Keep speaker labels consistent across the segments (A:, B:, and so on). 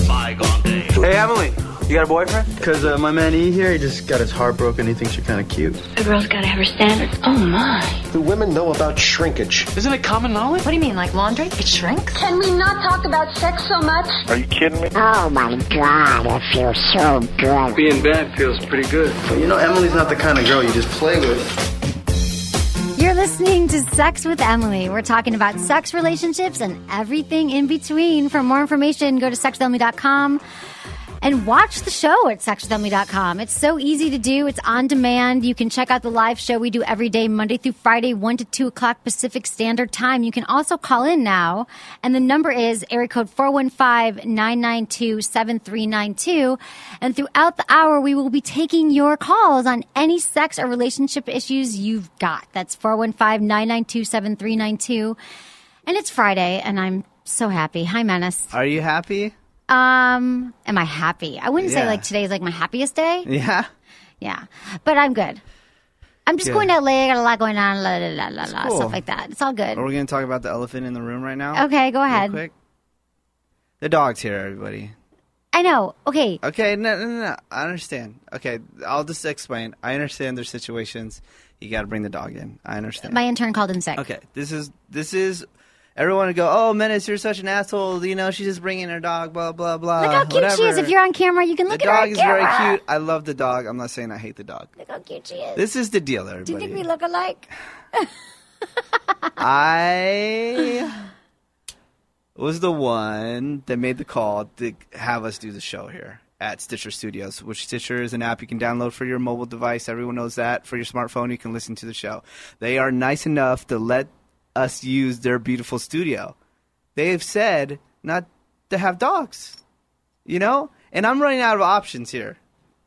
A: Gigante.
B: Hey, Emily, you got a boyfriend?
C: Because uh, my man E here, he just got his heart broken. He thinks you're kind of cute.
D: A girl's gotta have her standards. Oh my.
E: Do women know about shrinkage?
F: Isn't it common knowledge?
G: What do you mean, like laundry? It shrinks?
H: Can we not talk about sex so much?
I: Are you kidding me?
J: Oh my god, I feel so good.
K: Being bad feels pretty good.
C: But you know, Emily's not the kind of girl you just play with.
L: You're listening to Sex with Emily. We're talking about sex relationships and everything in between. For more information, go to sexwithemily.com and watch the show at sexwithemily.com. It's so easy to do. It's on demand. You can check out the live show we do every day, Monday through Friday, 1 to 2 o'clock Pacific Standard Time. You can also call in now, and the number is area code 415-992-7392. And throughout the hour, we will be taking your calls on any sex or relationship issues you've got. That's 415-992-7392. And it's Friday, and I'm so happy. Hi, Menace.
M: Are you happy?
L: Um, am I happy? I wouldn't say
M: Yeah.
L: like today is like my happiest day.
M: Yeah.
L: Yeah, but I'm good. I'm just
M: Good.
L: going to LA. I got a lot going on. La la la la la.
M: cool.
L: Stuff like that. It's all good.
M: Are we going to talk about the elephant in the room right now?
L: Okay, go
M: Real
L: ahead.
M: quick. The dog's here, everybody.
L: I know. Okay.
M: Okay, no, no, no, no. I understand. Okay, I'll just explain. I understand their situations. You got to bring the dog in. I understand.
L: My intern called in sick.
M: Okay, this is this is everyone would go. Oh, Menace, you're such an asshole. You know, she's just bringing her dog. Blah blah blah.
L: Look how cute she is.
M: whatever.
L: If you're on camera, you can
M: the
L: look at her.
M: dog
L: on
M: is very
L: camera.
M: cute. I love the dog. I'm not saying I hate the dog.
L: Look how cute she is.
M: This is the deal,
L: Do you
M: everybody.
L: think we look alike?
M: I was the one that made the call to have us do the show here at Stitcher Studios, which Stitcher is an app you can download for your mobile device. Everyone knows that. For your smartphone, you can listen to the show. They are nice enough to let us use their beautiful studio. They have said not to have dogs, you know? And I'm running out of options here.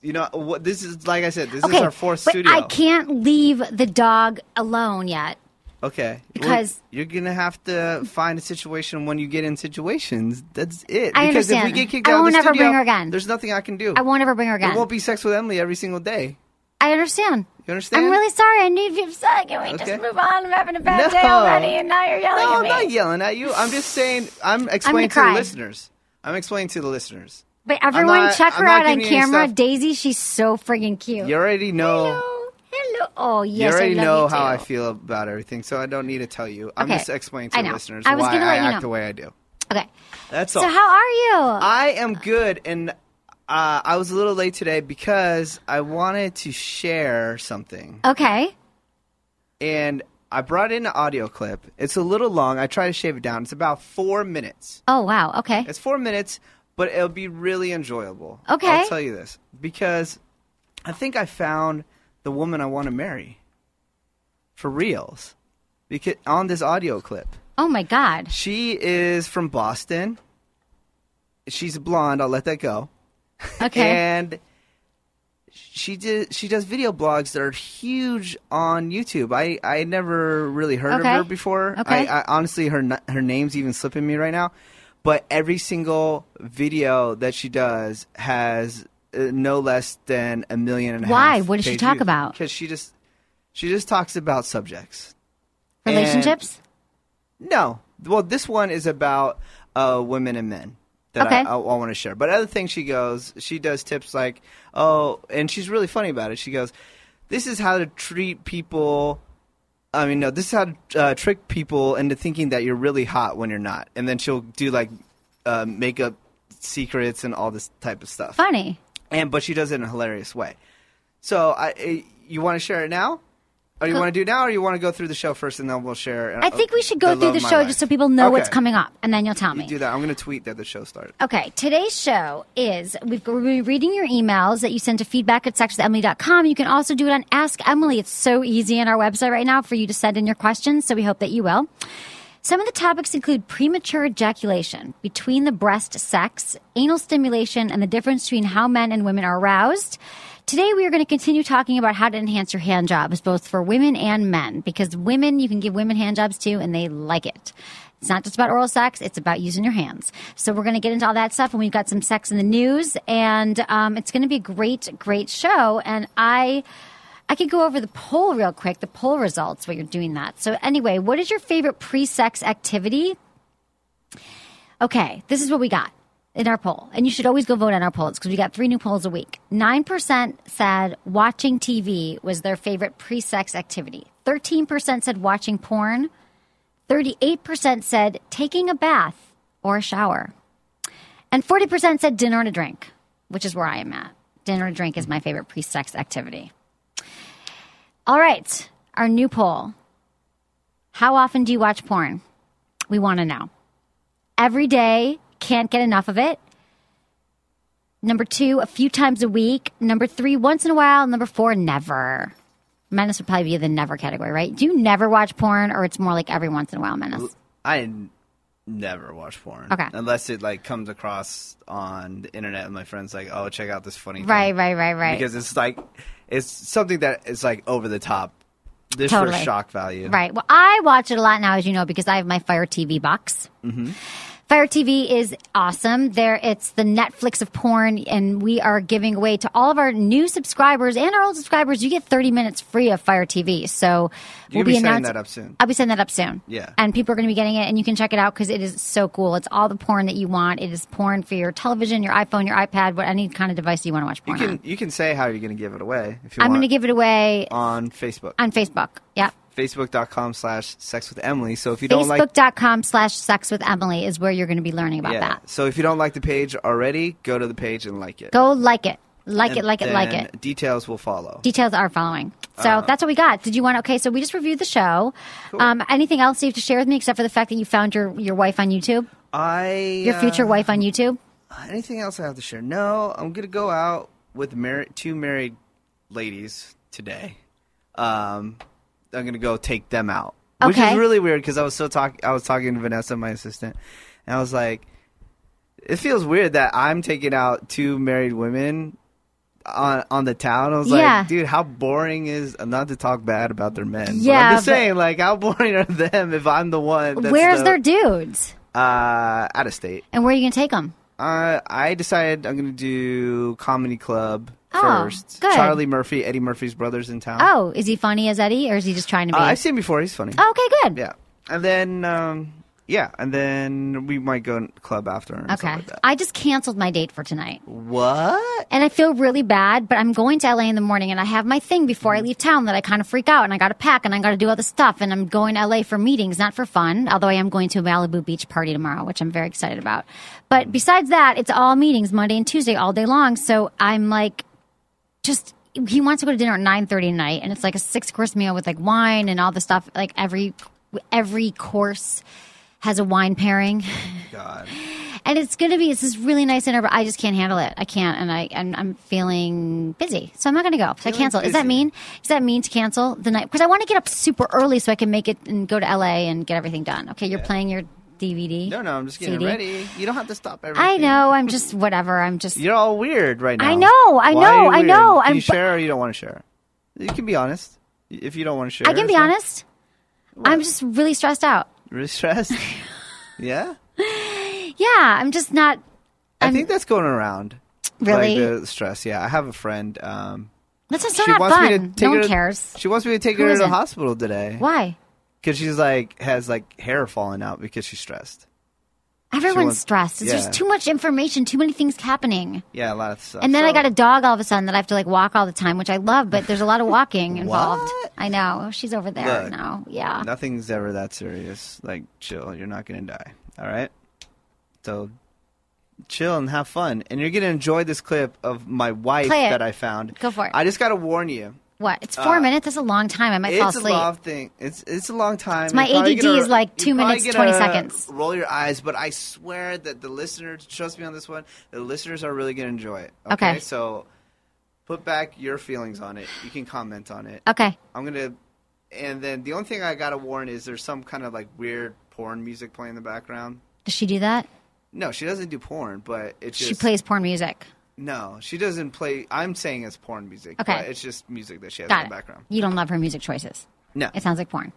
M: You know, what, this is, like I said, this
L: okay.
M: is our fourth
L: but
M: studio.
L: I can't leave the dog alone yet.
M: Okay. Well,
L: Because-
M: you're gonna have to find a situation when you get in situations. That's it.
L: I
M: because if
L: understand.
M: we get kicked
L: I
M: out of
L: won't
M: the
L: ever
M: studio,
L: bring her again.
M: There's nothing I can do.
L: I won't ever bring her again.
M: It won't be sex with Emily every single day.
L: I understand.
M: You understand?
L: I'm really sorry. I need you upset. Can we
M: Okay.
L: just move on? I'm having a bad
M: No.
L: day already, and now you're yelling
M: No,
L: at
M: I'm
L: me.
M: not yelling at you. I'm just saying. I'm explaining to
L: cry.
M: the listeners. I'm explaining to the listeners.
L: But everyone,
M: not-
L: check
M: I'm
L: her
M: not
L: out on
M: giving you any
L: camera.
M: stuff.
L: Daisy, she's so friggin' cute.
M: You already know.
L: hello, hello. Oh yes,
M: You already
L: I love
M: know
L: you
M: how
L: too.
M: I feel about everything, so I don't need to tell you. I'm
L: Okay.
M: just explaining to
L: I
M: the
L: know.
M: listeners
L: I was
M: why
L: gonna
M: I
L: let you
M: act
L: know.
M: the way I do.
L: Okay,
M: That's
L: so
M: all.
L: how are you?
M: I am good, and uh, I was a little late today because I wanted to share something,
L: okay,
M: and I brought in an audio clip. It's a little long. I try to shave it down. It's about four minutes.
L: oh wow, okay,
M: It's four minutes, but it'll be really enjoyable.
L: Okay.
M: I'll tell you this because I think I found the woman I want to marry for reals. Because on this audio clip.
L: oh my god,
M: She is from Boston. She's blonde. I'll let that go.
L: okay,
M: And she did. She does video blogs that are huge on YouTube. I I never really heard
L: Okay.
M: of her before.
L: Okay.
M: I, I honestly her n- her name's even slipping me right now. But every single video that she does has uh, no less than a million and a half.
L: Why? What does she
M: page
L: talk
M: views.
L: about?
M: Because she just she just talks about subjects. and-
L: relationships.
M: No. Well, this one is about uh, women and men that
L: Okay.
M: I, I, want to share. But other things she goes, she does tips like, oh, and she's really funny about it. She goes, this is how to treat people. I mean, no, this is how to uh, trick people into thinking that you're really hot when you're not. And then she'll do like uh, makeup secrets and all this type of stuff.
L: Funny.
M: And but she does it in a hilarious way. So I, I you want to share it now? Or you want to do it now, or you want to go through the show first, and then we'll share. uh,
L: I think we should go through
M: love
L: the
M: of my
L: show
M: life.
L: just so people know what's
M: Okay.
L: coming up, and then you'll tell
M: You
L: me.
M: do that. I'm going to tweet that the show started.
L: Okay, today's show is we've, we've been reading your emails that you send to feedback at sexwithemily.com. You can also do it on Ask Emily. It's so easy on our website right now for you to send in your questions, so we hope that you will. Some of the topics include premature ejaculation, between the breast sex, anal stimulation, and the difference between how men and women are aroused. Today, we are going to continue talking about how to enhance your hand jobs, both for women and men, because women, you can give women hand jobs too, and they like it. It's not just about oral sex, it's about using your hands. So, we're going to get into all that stuff, and we've got some sex in the news, and um, it's going to be a great, great show. And I. I could go over the poll real quick, the poll results while you're doing that. So, anyway, what is your favorite pre sex activity? Okay, this is what we got. in our poll, and you should always go vote on our polls because we got three new polls a week. 9% said watching TV was their favorite pre sex activity, 13% said watching porn, 38% said taking a bath or a shower, and 40% said dinner and a drink, which is where I am at. Dinner and a drink is my favorite pre sex activity. All right, our new poll. How often do you watch porn? We want to know. Every day, can't get enough of it. Number two, a few times a week. Number three, once in a while. Number four, never. Menace would probably be the never category, right? Do you never watch porn or it's more like every once in a while, Menace?
M: I n- never watch porn.
L: Okay.
M: Unless it like comes across on the internet and my friends like, oh, check out this funny.
L: Right,
M: thing.
L: right, right, right.
M: Because it's like, it's something that is like over the top. This
L: Totally.
M: for shock value.
L: Right. Well, I watch it a lot now, as you know, because I have my Fire TV box.
M: Mm-hmm.
L: Fire TV is awesome. There, it's the Netflix of porn, and we are giving away to all of our new subscribers and our old subscribers. You get thirty minutes free of Fire TV. So
M: You'll be setting that up soon.
L: I'll be setting that up soon.
M: Yeah.
L: and people are going to be getting it, and you can check it out because it is so cool. It's all the porn that you want. It is porn for your television, your iPhone, your iPad, what any kind of device you want to watch
M: You
L: porn
M: can
L: on.
M: you can say how you're going to give it away if you
L: I'm
M: want.
L: going to give it away
M: on Facebook.
L: on Facebook. Yep.
M: Facebook.com slash sex with Emily. So if you don't like
L: Facebook.com slash sex with Emily is where you're going to be learning about
M: yeah.
L: that.
M: So if you don't like the page already, go to the page and like it.
L: Go like it. Like it,
M: And
L: like it, like
M: then Uh-huh.
L: it.
M: Details will follow.
L: Details are following. So that's what we got. Did you want Okay, so we just reviewed the show. Um, anything else you have to share with me except for the fact that you found your, your wife on YouTube?
M: I
L: Your
M: uh,
L: future wife on YouTube?
M: Anything else I have to share? No, I'm gonna go out with mar- two married ladies today. Um, I'm gonna go take them out, which
L: Okay.
M: is really weird because I was so talk. I was talking to Vanessa, my assistant, and I was like, "It feels weird that I'm taking out two married women." On, on the town, I was
L: Yeah.
M: like, dude, how boring is uh, not to talk bad about their men. but
L: Yeah,
M: I'm just
L: but-
M: saying, like, how boring are them if I'm the one? That's
L: Where's
M: the,
L: their dudes?
M: uh, out of state?
L: And where are you going to take them?
M: Uh, I decided I'm gonna do comedy club
L: Oh,
M: first.
L: good.
M: Charlie Murphy, Eddie Murphy's brothers in town.
L: Oh, is he funny as Eddie or is he just trying to
M: Uh,
L: be?
M: I've seen him before. He's funny.
L: okay, good.
M: Yeah, and then um, yeah, and then we might go to club after. And
L: Okay.
M: Stuff like that.
L: I just canceled my date for tonight.
M: what?
L: and I feel really bad, but I'm going to LA in the morning and I have my thing before I leave town that I kind of freak out and I got to pack and I got to do all this stuff and I'm going to LA for meetings, not for fun, although I am going to a Malibu beach party tomorrow, which I'm very excited about. But besides that, it's all meetings Monday and Tuesday all day long. So I'm like, just he wants to go to dinner at 9.30 at night and it's like a six course meal with like wine and all the stuff like every every course has a wine pairing
M: Oh God,
L: and it's going to be it's this really nice dinner, but I just can't handle it. I can't, and I and I'm feeling busy, so I'm not going to go. So I cancel. Is that
M: busy.
L: mean? Is that mean to cancel the night? Because I want to get up super early so I can make it and go to LA and get everything done. Okay, you're playing your DVD.
M: no, no, I'm just getting
L: CD.
M: ready. You don't have to stop everything.
L: I know. I'm just whatever. I'm just.
M: You're all weird right now.
L: I know,
M: Why
L: I
M: are
L: know,
M: you
L: I
M: weird?
L: know,
M: Can
L: I'm
M: you
L: bu-
M: share or you don't want to share? You can be honest. If you don't want to share,
L: I can be
M: it's not-
L: honest. I'm just really stressed out.
M: Really stressed. yeah,
L: Yeah, I'm just not
M: I think that's going around.
L: really.
M: Like the stress. Yeah, I have a friend. Um,
L: that's just so
M: she
L: not
M: wants me to
L: fun.
M: take
L: No
M: her
L: one
M: to-
L: cares.
M: She wants me to take
L: Who
M: her to
L: isn't?
M: the hospital today
L: Why?
M: because she's like has like hair falling out because she's stressed.
L: Everyone's
M: wants-
L: stressed. It's
M: yeah.
L: just too much information, too many things happening.
M: Yeah, a lot of stuff.
L: And then
M: So-
L: I got a dog all of a sudden that I have to like walk all the time, which I love, but there's a lot of walking involved.
M: What?
L: I know. She's over there
M: Look.
L: now. Yeah.
M: Nothing's ever that serious. Like chill, you're not gonna die. All right, so chill and have fun, and you're gonna enjoy this clip of my wife
L: Play it.
M: that I found.
L: Go for it.
M: I just gotta warn you.
L: What? It's four minutes? That's a long time. I might
M: Uh,
L: fall
M: It's a
L: asleep.
M: long thing. It's it's a long time.
L: my
M: You're probably
L: ADD is like two
M: you're probably
L: minutes, 20
M: gonna
L: seconds.
M: Roll your eyes, but I swear that the listeners, trust me on this one, the listeners are really gonna enjoy it. Okay,
L: Okay.
M: so put back your feelings on it. You can comment on it.
L: Okay.
M: I'm gonna, and then the only thing I gotta warn is there's some kind of like weird porn music playing in the background.
L: Does she do that?
M: No, she doesn't do porn, but it's just
L: She plays porn music.
M: No, she doesn't play. I'm saying it's porn music.
L: Okay.
M: but it's just music that she has
L: Got
M: in
L: it.
M: the background.
L: You don't love her music choices.
M: No,
L: It sounds like porn.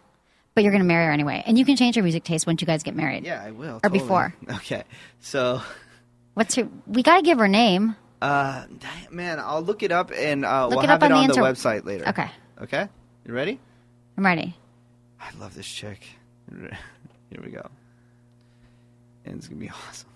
L: But you're going to marry her anyway. And you can change your music taste once you guys get married.
M: yeah, I will.
L: Or
M: totally.
L: before.
M: Okay, so.
L: What's her? We got to give her name.
M: Uh, dang- man, I'll look it up and uh, we'll
L: it
M: have
L: up
M: it
L: on
M: on
L: the
M: the,
L: inter-
M: website later.
L: Okay.
M: Okay. You ready?
L: I'm ready.
M: I love this chick. Here we go. And it's gonna be awesome.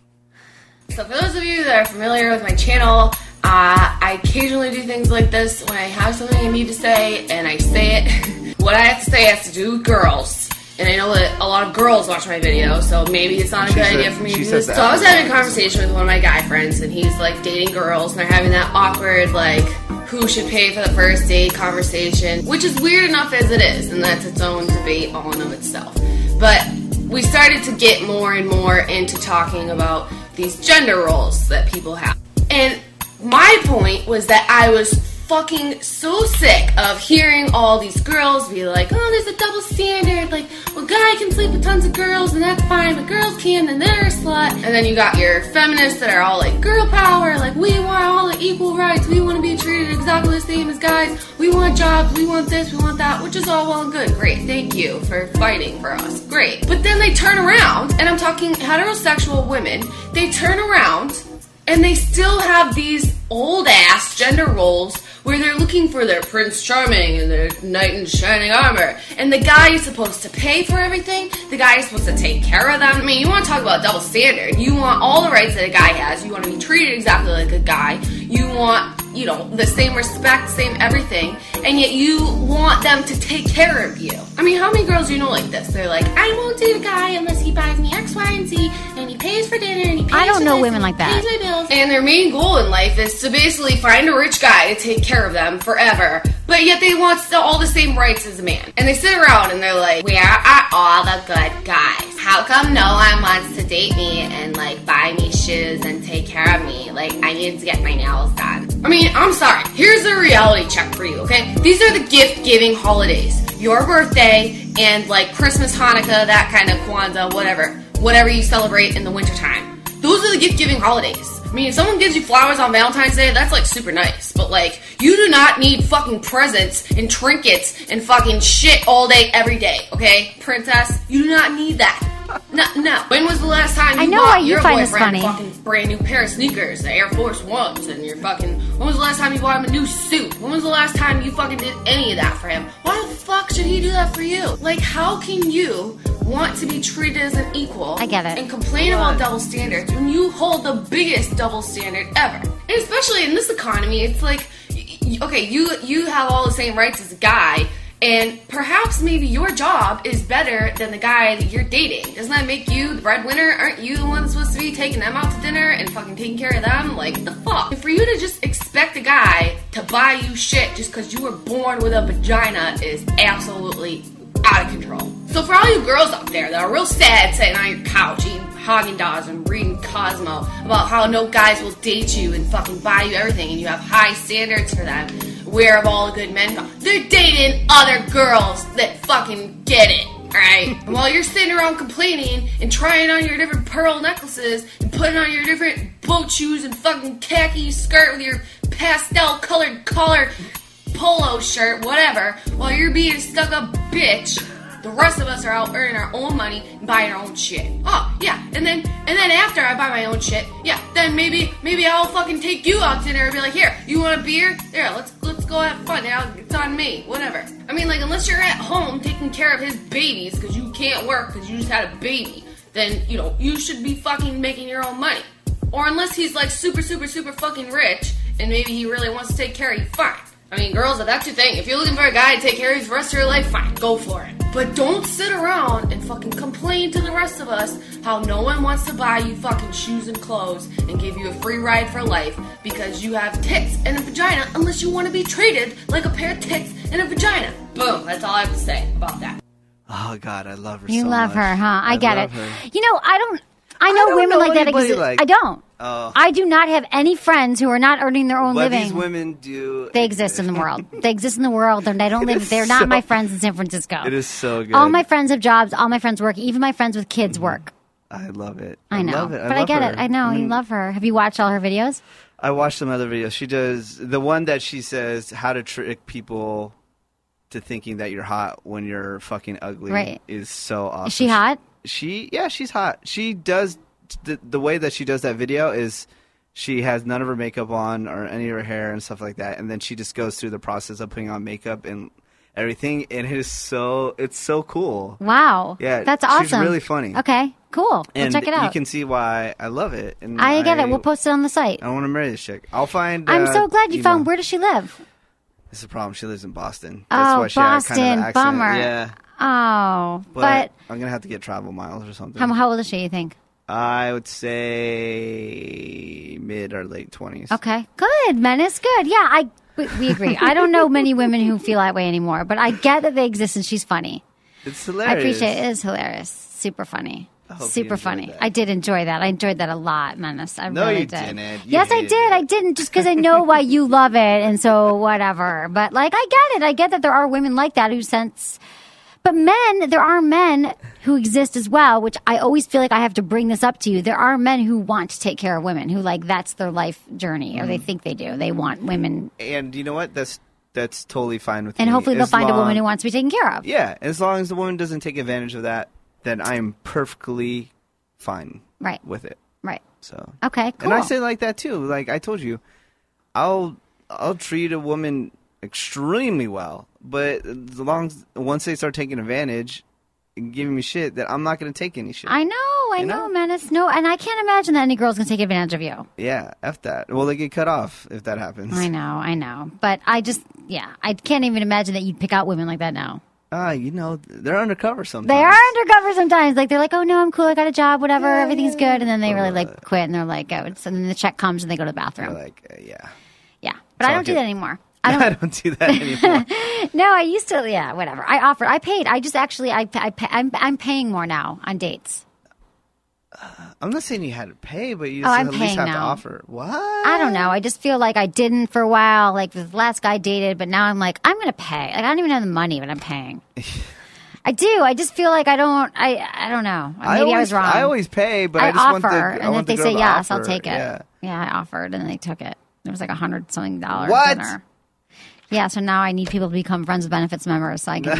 A: So, for those of you that are familiar with my channel, uh, I occasionally do things like this when I have something I need to say and I say it. what I have to say has to do with girls. And I know that a lot of girls watch my video, so maybe it's not a
M: She
A: good
M: said-
A: idea for me to
M: she
A: do
M: said
A: this.
M: that.
A: So, I was having a conversation with one of my guy friends, and he's like dating girls, and they're having that awkward, like, who should pay for the first date conversation, which is weird enough as it is, and that's its own debate all in of itself. But we started to get more and more into talking about these gender roles that people have. And my point was that I was fucking so sick of hearing all these girls be like, oh, there's a double standard. Like, well, guy can sleep with tons of girls and that's fine, but girls can and they're a slut. And then you got your feminists that are all like, girl power. Like, we want all the equal rights. We want to be treated exactly the same as guys. We want jobs. We want this. We want that. Which is all well and good. Great. Thank you for fighting for us. Great. But then they turn around, and I'm talking heterosexual women, they turn around and they still have these old ass gender roles where they're looking for their Prince Charming and their knight in shining armor. And the guy is supposed to pay for everything, the guy is supposed to take care of them. I mean, you want to talk about double standard. You want all the rights that a guy has, you want to be treated exactly like a guy, you want, you know, the same respect, same everything, and yet you want them to take care of you. I mean, how many girls do you know like this? They're like, I won't date a guy unless he buys me X, Y, and Z, and he pays for dinner, and he pays
L: I don't
A: for
L: know
A: this,
L: women
A: and he
L: like that.
A: pays my and their main goal in life is to basically find a rich guy to take care of them forever. But yet they want still all the same rights as a man. And they sit around and they're like, Where are all the good guys? How come no one wants to date me and like buy me shoes and take care of me? Like, I need to get my nails done. I mean, I'm sorry. Here's a reality check for you, okay? These are the gift giving holidays your birthday and like Christmas, Hanukkah, that kind of Kwanzaa, whatever. Whatever you celebrate in the wintertime those are the gift giving holidays. I mean, if someone gives you flowers on Valentine's Day, that's like super nice. But like, you do not need fucking presents and trinkets and fucking shit all day, every day, okay? Princess, you do not need that. No, no. When was the last time you
L: I know
A: bought
L: why you
A: your
L: find this
A: boyfriend
L: funny.
A: fucking brand new pair of sneakers, the Air Force Ones, and your fucking? When was the last time you bought him a new suit? When was the last time you fucking did any of that for him? Why the fuck should he do that for you? Like, how can you want to be treated as an equal?
L: I get it.
A: And complain about double standards when you hold the biggest double standard ever. And especially in this economy, it's like, y- y- okay, you you have all the same rights as a guy, and perhaps maybe your job is better than the guy that you're dating. Doesn't that make you the breadwinner? Aren't you the one that's supposed to be taking them out to dinner and fucking taking care of them? Like the fuck. And for you to just expect a guy to buy you shit just because you were born with a vagina is absolutely out of control. So for all you girls out there that are real sad sitting on your couch eating Haagen Dazs and reading Cosmo about how no guys will date you and fucking buy you everything and you have high standards for them, where have all the good men gone? They're dating other girls that fucking get it. Alright? And while you're sitting around complaining and trying on your different pearl necklaces and putting on your different boat shoes and fucking khaki skirt with your pastel colored collar polo shirt, whatever, while you're being stuck up bitch. The rest of us are out earning our own money and buying our own shit. Oh, yeah. And then and then after I buy my own shit, yeah, then maybe maybe I'll fucking take you out to dinner and be like, here, you want a beer? There, let's let's go have fun. Now it's on me. Whatever. I mean like unless you're at home taking care of his babies because you can't work because you just had a baby, then you know, you should be fucking making your own money. Or unless he's like super, super, super fucking rich, and maybe he really wants to take care of you, fine. I mean, girls, if that's your thing, if you're looking for a guy to take care of you for the rest of your life, fine, go for it. But don't sit around and fucking complain to the rest of us how no one wants to buy you fucking shoes and clothes and give you a free ride for life because you have tits and a vagina unless you want to be treated like a pair of tits and a vagina. Boom, that's all I have to say about that.
M: Oh God, I love her.
L: You
M: so
L: love
M: much.
L: her, huh? I, get it.
M: love her.
L: You know, I don't. I know
M: don't
L: women
M: know
L: like that
M: anybody
L: exist.
M: like-
L: I don't.
M: Oh.
L: I do not have any friends who are not earning their own
M: But
L: living.
M: these women do.
L: they exist in the world. They exist in the world, and I don't live.
M: is
L: They're not
M: so-
L: my friends in San Francisco.
M: It is so good. Mm-hmm.
L: All my friends have jobs. All my friends work. Even my friends with kids work.
M: I love it.
L: I know,
M: love it.
L: but I
M: love
L: get
M: her. Mm. Oh,
L: it. I know you love her. Have you watched all her videos?
M: I watched some other videos. She does the one that she says how to trick people to thinking that you're hot when you're fucking ugly.
L: Right.
M: Is so awesome.
L: Is she hot?
M: She yeah, she's hot. She does the the way that she does that video is she has none of her makeup on or any of her hair and stuff like that, and then she just goes through the process of putting on makeup and everything, and it is so it's so cool.
L: Wow.
M: Yeah,
L: That's
M: she's
L: awesome.
M: really funny.
L: Okay. Cool.
M: and
L: we'll check it out.
M: You can see why I love it. And
L: I get it. We'll post it on the site.
M: I want to marry this chick. I'll find.
L: I'm
M: uh,
L: so glad you
M: know,
L: found. Where does she live?
M: It's a problem. She lives in Boston. That's
L: Oh,
M: why she had kind of an
L: Boston.
M: accent.
L: Bummer.
M: Yeah,
L: Oh,
M: but,
L: but,
M: I'm gonna have to get travel miles or something.
L: Um, how, how old is she? You think?
M: I would say mid or late twenties.
L: Okay, good. Menace, good. Yeah, I we, we agree. I don't know many women who feel that way anymore, but I get that they exist, and she's funny.
M: It's hilarious.
L: I appreciate it. It is hilarious. Super funny.
M: hope you
L: Super
M: enjoyed
L: funny.
M: that.
L: I did enjoy that. I enjoyed that a lot, Menace. I
M: No,
L: really
M: you
L: did.
M: didn't. You
L: yes, I
M: hated
L: did.
M: it.
L: I didn't just because I know why you love it, and so whatever. But like, I get it. I get that there are women like that who sense. But men, there are men who exist as well, which I always feel like I have to bring this up to you. There are men who want to take care of women, who like that's their life journey, or
M: Mm.
L: they think they do. They want women,
M: And you know what? That's that's totally fine with
L: and
M: me.
L: hopefully they'll
M: Eh, As
L: find a woman
M: long-
L: who wants to be taken care of.
M: Yeah, as long as the woman doesn't take advantage of that, then I am perfectly fine
L: Right.
M: with it.
L: Right.
M: So
L: Okay.
M: And
L: Cool.
M: I say like that too. Like I told you, I'll I'll treat a woman extremely well, but as long as once they start taking advantage and giving me shit, that I'm not going to take any shit.
L: I know, I
M: You
L: know,
M: know?
L: Menace. No, and I can't imagine that any girl's gonna take advantage of you.
M: yeah, f that. Well, they get cut off if that happens.
L: I know, I know, but I just, yeah, I can't even imagine that you'd pick out women like that now.
M: Ah, you know they're undercover sometimes.
L: They are undercover sometimes. Like they're like, oh no, I'm cool, I got a job, whatever, everything's good, and then they really like quit, and they're like, oh, it's, and then the check comes, and they go to the bathroom.
M: They're like uh, yeah.
L: yeah, but I
M: all
L: don't do
M: good.
L: that anymore. I
M: I
L: don't
M: don't, do that anymore.
L: No, I used to. Yeah, whatever. I offered. I paid. I just actually. I. I pay, I'm. I'm paying more now on dates.
M: I'm not saying you had to pay, but you
L: Oh,
M: just
L: I'm
M: at least
L: paying
M: have to
L: now. Uh,
M: offer. What?
L: I don't know. I just feel like I didn't for a while. Like the last guy I dated, but now I'm like, I'm gonna pay. Like I don't even have the money, but I'm paying. I do. I just feel like I don't. I. I don't know.
M: I
L: Maybe
M: always,
L: I, was wrong.
M: I always pay, but I,
L: I
M: just
L: offer,
M: want the. I
L: and if
M: want the
L: they
M: girl
L: say
M: to
L: yes, I'll
M: offer.
L: take it.
M: Yeah.
L: I offered, and they took it. It was like a hundred something dollars
M: What?
L: dinner. Yeah, so now I need people to become friends with benefits members so I can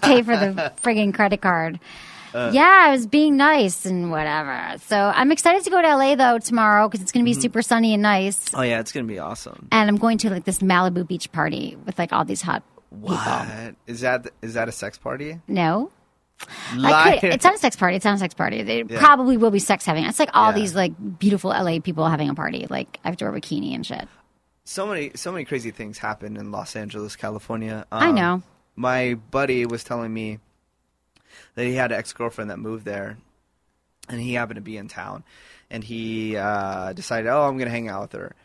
L: pay for the frigging credit card.
M: Uh.
L: yeah, I was being nice and whatever. So I'm excited to go to LA though tomorrow because it's going to be
M: Mm-hmm.
L: super sunny and nice.
M: Oh yeah, it's gonna be awesome.
L: And I'm going to like this Malibu beach party with like all these hot.
M: What is that? Is that a sex party?
L: No, I
M: Liar.
L: could, it's not a sex party. It's not a sex party. They probably will be sex having. It's like all
M: Yeah.
L: these like beautiful LA people having a party. Like I have to wear a bikini and shit.
M: so many, so many crazy things happen in Los Angeles, California. Um,
L: I know.
M: My buddy was telling me that he had an ex girlfriend that moved there, and he happened to be in town, and he uh, decided, oh, I'm gonna hang out with her.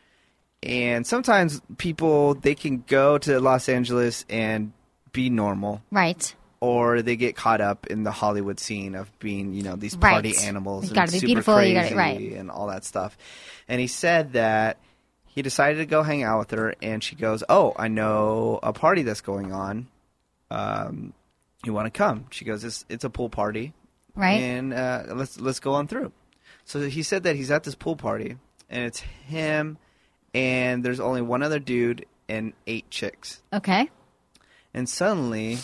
M: And sometimes people they can go to Los Angeles and be normal,
L: Right.
M: or they get caught up in the Hollywood scene of being, you know, these
L: Right.
M: party animals.
L: You
M: and
L: gotta be
M: super
L: beautiful, you
M: crazy
L: gotta- right.
M: and all that stuff. And he said that he decided to go hang out with her, and she goes, "Oh, I know a party that's going on. Um, you want to come?" She goes, "It's it's a pool party,
L: Right.
M: And uh, let's let's go on through." So he said that he's at this pool party, and it's him, and there's only one other dude and eight chicks
L: Okay.
M: and suddenly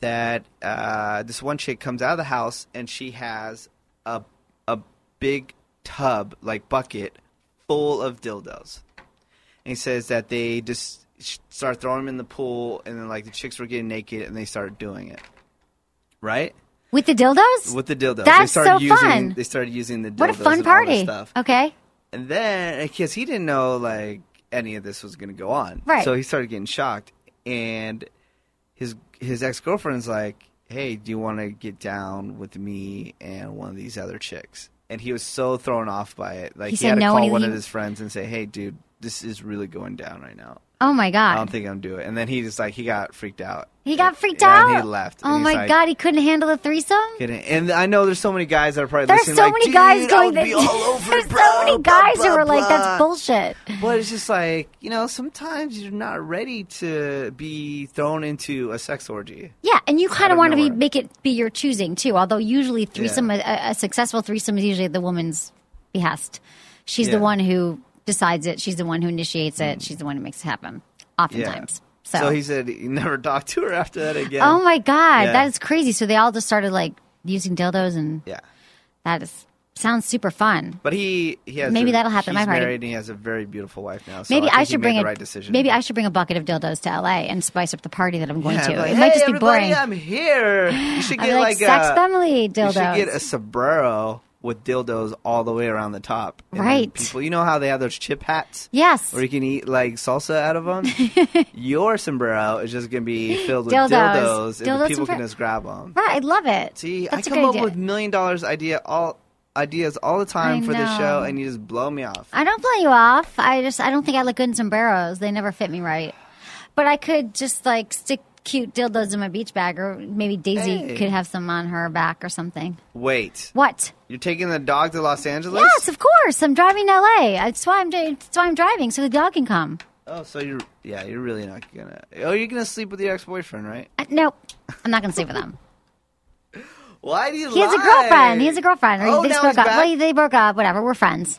M: that uh, this one chick comes out of the house and she has a a big tub like bucket full of dildos and he says that they just sh- start throwing them in the pool and then like the chicks were getting naked and they start doing it right
L: With the dildos?
M: with the dildos they
L: That's
M: start
L: so
M: using
L: fun.
M: they started using the dildos
L: what a fun
M: and all this
L: party.
M: stuff.
L: Okay.
M: And then, because he didn't know like any of this was going to go on,
L: Right.
M: So he started getting shocked, and his his ex girlfriend's like, "Hey, do you want to get down with me and one of these other chicks?" And he was so thrown off by it, like he,
L: He said
M: had to
L: no,
M: call
L: and he-
M: one of
L: he-
M: his friends and say, "Hey, dude, this is really going down right now.
L: Oh my
M: I
L: god.
M: don't think I'm doing it." And then he just like he got freaked out.
L: he got freaked
M: Yeah,
L: out.
M: and he left.
L: Oh
M: And he's
L: my
M: like-
L: god, he couldn't handle a threesome?
M: Kidding. And I know there's so many guys that are probably
L: There's
M: listening.
L: so
M: like,
L: many
M: "Dude,
L: guys
M: I
L: going
M: would be
L: that-
M: all over
L: There's
M: it,
L: so
M: bro,
L: many
M: blah,
L: guys who
M: blah,
L: are like, that's
M: blah."
L: bullshit.
M: But it's just like, you know, sometimes you're not ready to be thrown into a sex orgy.
L: Yeah, and you kind
M: Out
L: of
M: of
L: want to be,
M: nowhere.
L: make it be your choosing too. Although usually threesome, a, a successful threesome is usually at the woman's behest. She's the
M: Yeah. Mm.
L: one who decides it. She's the one who initiates it. She's the one who makes it happen. Oftentimes. So,
M: So, he said he never talked to her after that again.
L: oh my god,
M: Yeah.
L: that is crazy. So they all just started like using dildos and
M: Yeah.
L: that is Sounds super fun.
M: But he, he has
L: Maybe
M: a-
L: that'll happen at
M: She's
L: my party.
M: married and he has a very beautiful wife now. So I,
L: Maybe
M: think
L: I,
M: he
L: should
M: made
L: bring
M: the
L: a
M: right decision.
L: maybe I should bring a bucket of dildos to LA and spice up the party that I'm going
M: Yeah,
L: to.
M: like,
L: it might
M: "Hey,
L: just be
M: everybody,
L: boring.
M: I'm here. You should
L: I'd
M: get
L: be like,
M: like,
L: sex
M: a
L: family
M: You should get
L: dildos.
M: a sombrero with dildos all the way around the top. And then
L: Right.
M: People, you know how they have those chip hats.
L: Yes.
M: Where you can eat like salsa out of them. Your sombrero is just gonna be filled with
L: Dildos.
M: dildos, and
L: Dildos
M: the people can
L: sombrero.
M: just grab them.
L: Right, I love it.
M: See,
L: That's a
M: I come
L: good
M: up
L: idea.
M: with million dollars idea all ideas all the time
L: I
M: for this show,
L: know.
M: and you just blow me off.
L: I don't play you off. I just I don't think I look good in sombreros. They never fit me right. But I could just like stick cute dildos in my beach bag, or maybe Daisy
M: Hey.
L: could have some on her back or something.
M: Wait,
L: What?
M: you're taking the dog to Los Angeles?
L: Yes, of course. I'm driving to LA. That's why I'm doing- that's why I'm driving so the dog can come.
M: Oh, so you're yeah, you're really not gonna. Oh, you're gonna sleep with your ex-boyfriend, right?
L: Uh, nope, I'm not going to sleep with him.
M: Why do you?
L: He has a
M: lie?
L: girlfriend. He has a girlfriend. Or
M: Oh,
L: they just
M: now
L: broke
M: he's
L: up.
M: back?
L: Well, they broke up. Whatever. We're friends.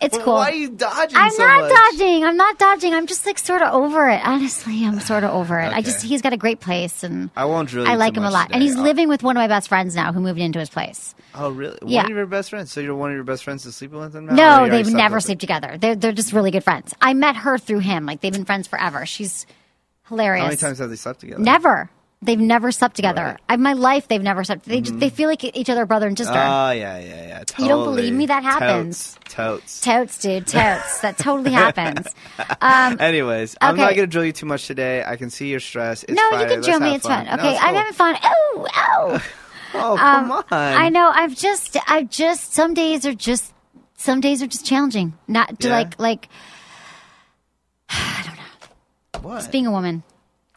L: It's
M: Well,
L: cool.
M: Why are you dodging?
L: I'm
M: so
L: not
M: much?
L: dodging. I'm not dodging. I'm just like sort of over it. Honestly, I'm sort of over it. I
M: Okay.
L: just he's got a great place and
M: I won't drill you
L: I
M: too
L: like him a
M: much
L: lot. And
M: today.
L: he's
M: I'll-
L: living with one of my best friends now who moved into his place.
M: Oh, really?
L: Yeah.
M: One of your best friends. So you're one of your best friends to sleep with them now? Or you
L: No,
M: already
L: they've
M: slept
L: never
M: with-
L: slept together. They're they're just really good friends. I met her through him. Like they've been friends forever. She's hilarious.
M: How many times have they slept together?
L: Never. They've never slept together.
M: Right. Mm-hmm.
L: I my life they've never slept. They just, they feel like each other brother and sister.
M: Oh yeah, yeah, yeah. Totally.
L: You don't believe me? That happens.
M: Totes. totes.
L: Totes, dude, totes. That totally happens. Um,
M: Anyways, I'm not
L: Okay.
M: going to drill you too much today. I can see your stress. It's
L: no,
M: Friday.
L: you can
M: Let's
L: drill me.
M: have
L: It's fun.
M: No,
L: Okay,
M: it's
L: I'm
M: cool.
L: having fun. Oh, oh.
M: Oh, come on.
L: I know. I've just, I've just. Some days are just, some days are just challenging. Not to
M: Yeah?
L: like, like
M: What?
L: being a woman.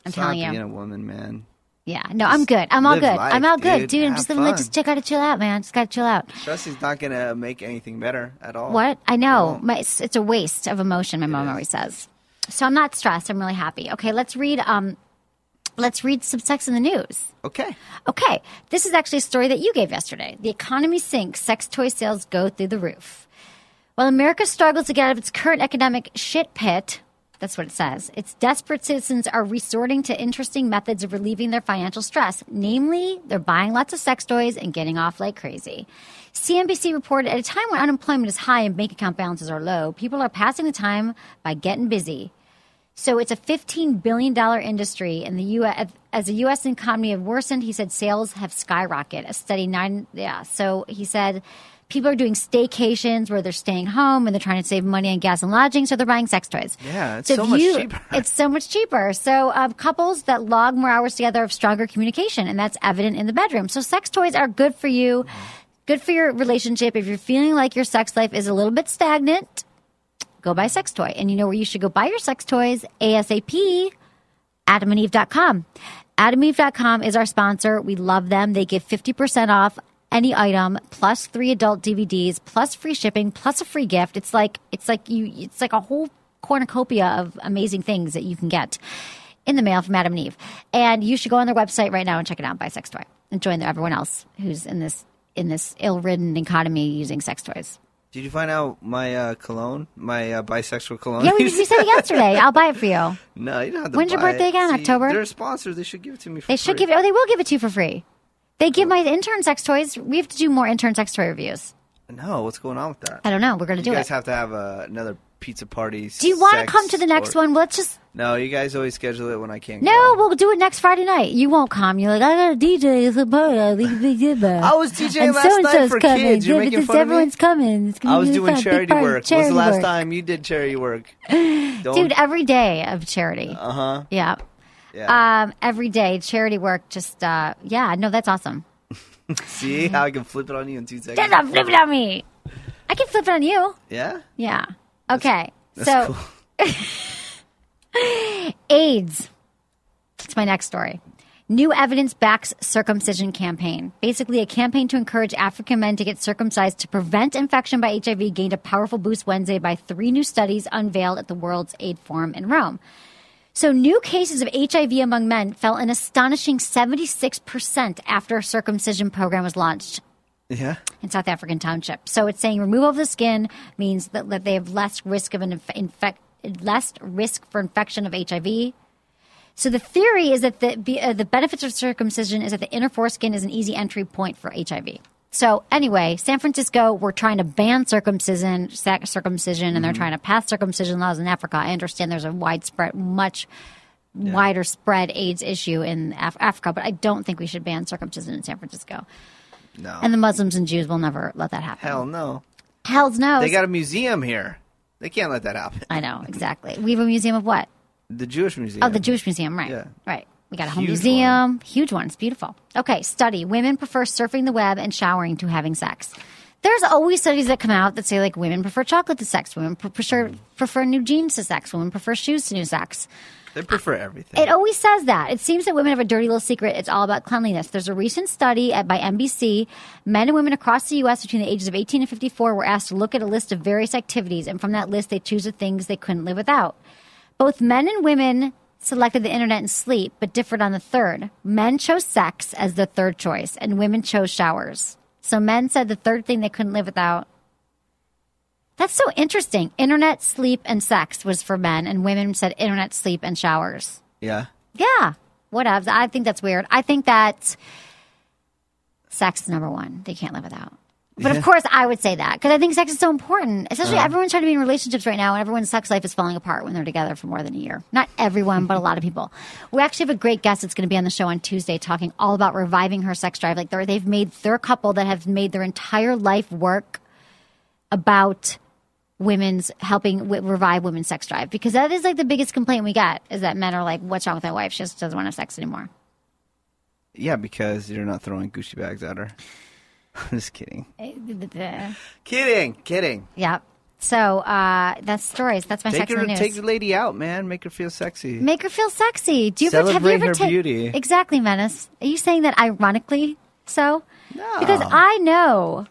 L: I'm
M: Stop
L: telling you.
M: being a woman, man.
L: yeah. No, I'm good. I'm all
M: live
L: good. I'm
M: life,
L: all good,
M: dude.
L: dude. I'm
M: Have
L: just living. Like,
M: fun.
L: just I gotta chill out, man. Just gotta chill out.
M: Stress is not going to make anything better at all.
L: What? I know.
M: won't.
L: My, it's, it's a waste of emotion. My mom always says. So I'm not stressed. I'm really happy. Okay, let's read. Um, let's read some sex in the news.
M: Okay.
L: Okay, this is actually a story that you gave yesterday. The economy sinks, sex toy sales go through the roof. While America struggles to get out of its current economic shit pit, that's what it says, its desperate citizens are resorting to interesting methods of relieving their financial stress. Namely, they're buying lots of sex toys and getting off like crazy. CNBC reported at a time when unemployment is high and bank account balances are low, people are passing the time by getting busy. So it's a $15 billion industry in the U.S. As the U.S. economy have worsened, he said sales have skyrocketed. A study nine, yeah. So he said people are doing staycations where they're staying home and they're trying to save money on gas and lodging, so they're buying sex toys.
M: Yeah, it's
L: if
M: so much cheaper.
L: It's so much cheaper. So um, couples that log more hours together have stronger communication, and that's evident in the bedroom. So sex toys are good for you,
M: Mm-hmm.
L: good for your relationship. If you're feeling like your sex life is a little bit stagnant, go buy a sex toy. And you know where you should go buy your sex toys? ASAP, adamandeve.com. Adamandeve.com is our sponsor. We love them. They give 50% off any item plus three adult DVDs plus free shipping plus a free gift. It's like it's like you it's like a whole cornucopia of amazing things that you can get in the mail from Adam and Eve. And you should go on their website right now and check it out by sex toy and join everyone else who's in this in this ill-ridden economy using sex toys.
M: Did you find out my uh, cologne? My uh, bisexual cologne?
L: Yeah, we, we said it yesterday. I'll buy it for you.
M: no, you don't have to
L: When's your
M: buy it.
L: birthday again?
M: See,
L: October?
M: They're a sponsor. They should give it to me for
L: They should
M: free.
L: give it. Oh, they will give it to you for free. They give my intern sex toys. We have to do more intern sex toy reviews.
M: No, what's going on with that?
L: I don't know. We're gonna
M: you
L: do
M: guys
L: it.
M: have to have uh, another pizza party.
L: do you want to come to the next one? Let's just
M: No, you guys always schedule it when I can't.
L: no. We'll do it next Friday night. You won't come. You're like I got a DJ. It's a party. I think we did that.
M: I was DJing
L: and
M: last
L: so and
M: night
L: so's
M: for
L: coming.
M: kids. You're
L: Yeah, but
M: making
L: this-
M: fun of me?
L: everyone's coming. It's gonna
M: I was
L: be
M: doing
L: fun. Big
M: charity
L: party,
M: work. When's
L: charity
M: the last
L: work.
M: time you did charity work? Don't,
L: Dude, every day of charity. Uh
M: Uh-huh.
L: Yeah.
M: yeah.
L: Um, every day charity work. Just uh, yeah. No, that's awesome.
M: see how I can flip it on you in two seconds.
L: Get up, flip it on me. I can flip it on you.
M: Yeah,
L: Yeah. Okay.
M: that's
L: so
M: cool.
L: AIDS. It's my next story. New evidence backs circumcision campaign. Basically, a campaign to encourage African men to get circumcised to prevent infection by HIV gained a powerful boost Wednesday by three new studies unveiled at the World's Aid Forum in Rome. So, new cases of HIV among men fell an astonishing 76% after a circumcision program was launched
M: yeah.
L: in South African township. So it's saying removal of the skin means that, that they have less risk of an inf- infect, less risk for infection of HIV. So the theory is that the be- uh, the benefits of circumcision is that the inner foreskin is an easy entry point for HIV. So anyway, San Francisco, we're trying to ban circumcision, sac- circumcision, and they're trying to pass circumcision laws in Africa. I understand there's a widespread, much wider spread AIDS issue in Af- Africa, but I don't think we should ban circumcision in San Francisco.
M: No.
L: And the Muslims and Jews will never let that happen.
M: Hell no.
L: Hell's no.
M: They got a museum here. They can't let that happen.
L: I know exactly. We have a museum of what?
M: The Jewish museum.
L: Oh, the Jewish Museum, right.
M: Yeah.
L: Right. We got a home
M: Huge
L: museum, huge one. It's beautiful. Okay, study. Women prefer surfing the web and showering to having sex. There's always studies that come out that say like women prefer chocolate to sex, women pre- prefer prefer new jeans to sex, women prefer shoes to new sex.
M: They prefer everything.
L: It always says that. It seems that women have a dirty little secret. It's all about cleanliness. There's a recent study at, by NBC. Men and women across the U.S. between the ages of 18 and 54 were asked to look at a list of various activities, and from that list, they choose the things they couldn't live without. Both men and women selected the internet and sleep, but differed on the third. Men chose sex as the third choice, and women chose showers. So men said the third thing they couldn't live without. That's so interesting. Internet, sleep, and sex was for men, and women said internet, sleep, and showers.
M: yeah.
L: Yeah, whatevs. I think that's weird. I think that sex is number one. They can't live without. But of course, I would say that because I think sex is so important. Especially everyone's trying to be in relationships right now, and everyone's sex life is falling apart when they're together for more than a year. Not everyone, but a lot of people. We actually have a great guest that's going to be on the show on Tuesday talking all about reviving her sex drive. Like they're, they've made their couple that have made their entire life work about women's helping w- revive women's sex drive because that is like the biggest complaint we get is that men are like, "What's wrong with my wife? She just doesn't want to have sex anymore."
M: Yeah, because you're not throwing Gucci bags at her. I'm just kidding. Kidding. Kidding.
L: yeah. So uh, that's stories. That's my
M: Take
L: sex
M: her,
L: in the news.
M: take the lady out, man. Make her feel sexy.
L: Make her feel sexy. Do you ever, have you
M: Celebrate
L: ever
M: her
L: ta-
M: beauty.
L: Exactly, menace. Are you saying that ironically? So no. because I know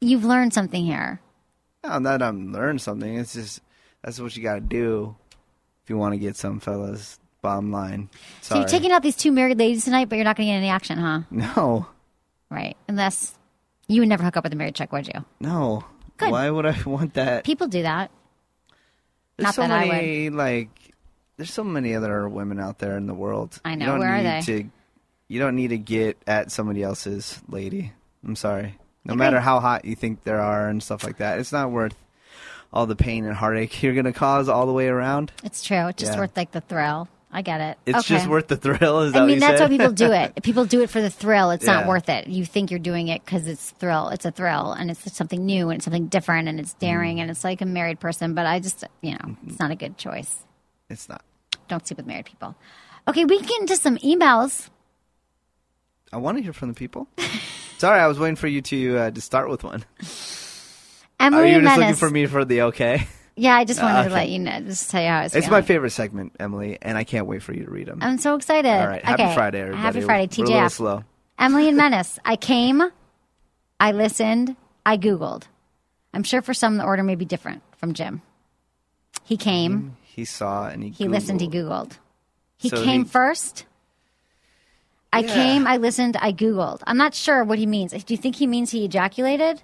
L: you've learned something here.
M: No, not I'm learning something. It's just that's what you got to do if you want to get some fellas. Bottom line.
L: So you're taking out these two married ladies tonight, but you're not going to get any action, huh?
M: no,
L: Right? Unless you would never hook up with a married chick, would you?
M: no.
L: Good.
M: Why would I want that?
L: People do that.
M: There's
L: not
M: so
L: that I
M: many like. There's so many other women out there in the world.
L: I know.
M: You don't
L: Where are
M: need
L: they?
M: To, you don't need to get at somebody else's lady. I'm sorry. No matter how hot you think there are and stuff like that, it's not worth all the pain and heartache you're gonna cause all the way around.
L: It's true. It's just
M: Yeah.
L: worth like the thrill. I get it.
M: It's
L: Okay.
M: just worth the thrill. Is that
L: I
M: what
L: mean,
M: you
L: that's
M: said?
L: why people do it. People do it for the thrill. It's not
M: Yeah.
L: worth it. You think you're doing it because it's thrill. It's a thrill, and it's something new, and it's something different, and it's
M: Mm.
L: daring, and it's like a married person. But I just, you know,
M: Mm-hmm.
L: it's not a good choice.
M: it's not.
L: Don't sleep with married people. Okay, we can get into some emails.
M: I want to hear from the people. Sorry, I was waiting for you to uh, to start with one. Are
L: Emily
M: you just looking
L: Menace.
M: for me for the okay?
L: Yeah, I just wanted
M: okay.
L: to let you know, just tell you how it's.
M: It's my favorite segment, Emily, and I can't wait for you to read them.
L: I'm so excited.
M: All right, happy
L: okay.
M: Friday, everybody.
L: Happy Friday,
M: We're
L: TJ.
M: a little slow.
L: Emily and Menace. I came, I listened, I Googled. I'm sure for some the order may be different from Jim. He came,
M: He saw and he
L: he listened, he
M: Googled.
L: Googled. He
M: So
L: came
M: he-
L: first. I came, I listened, I Googled. I'm not sure what he means. Do you think he means he ejaculated?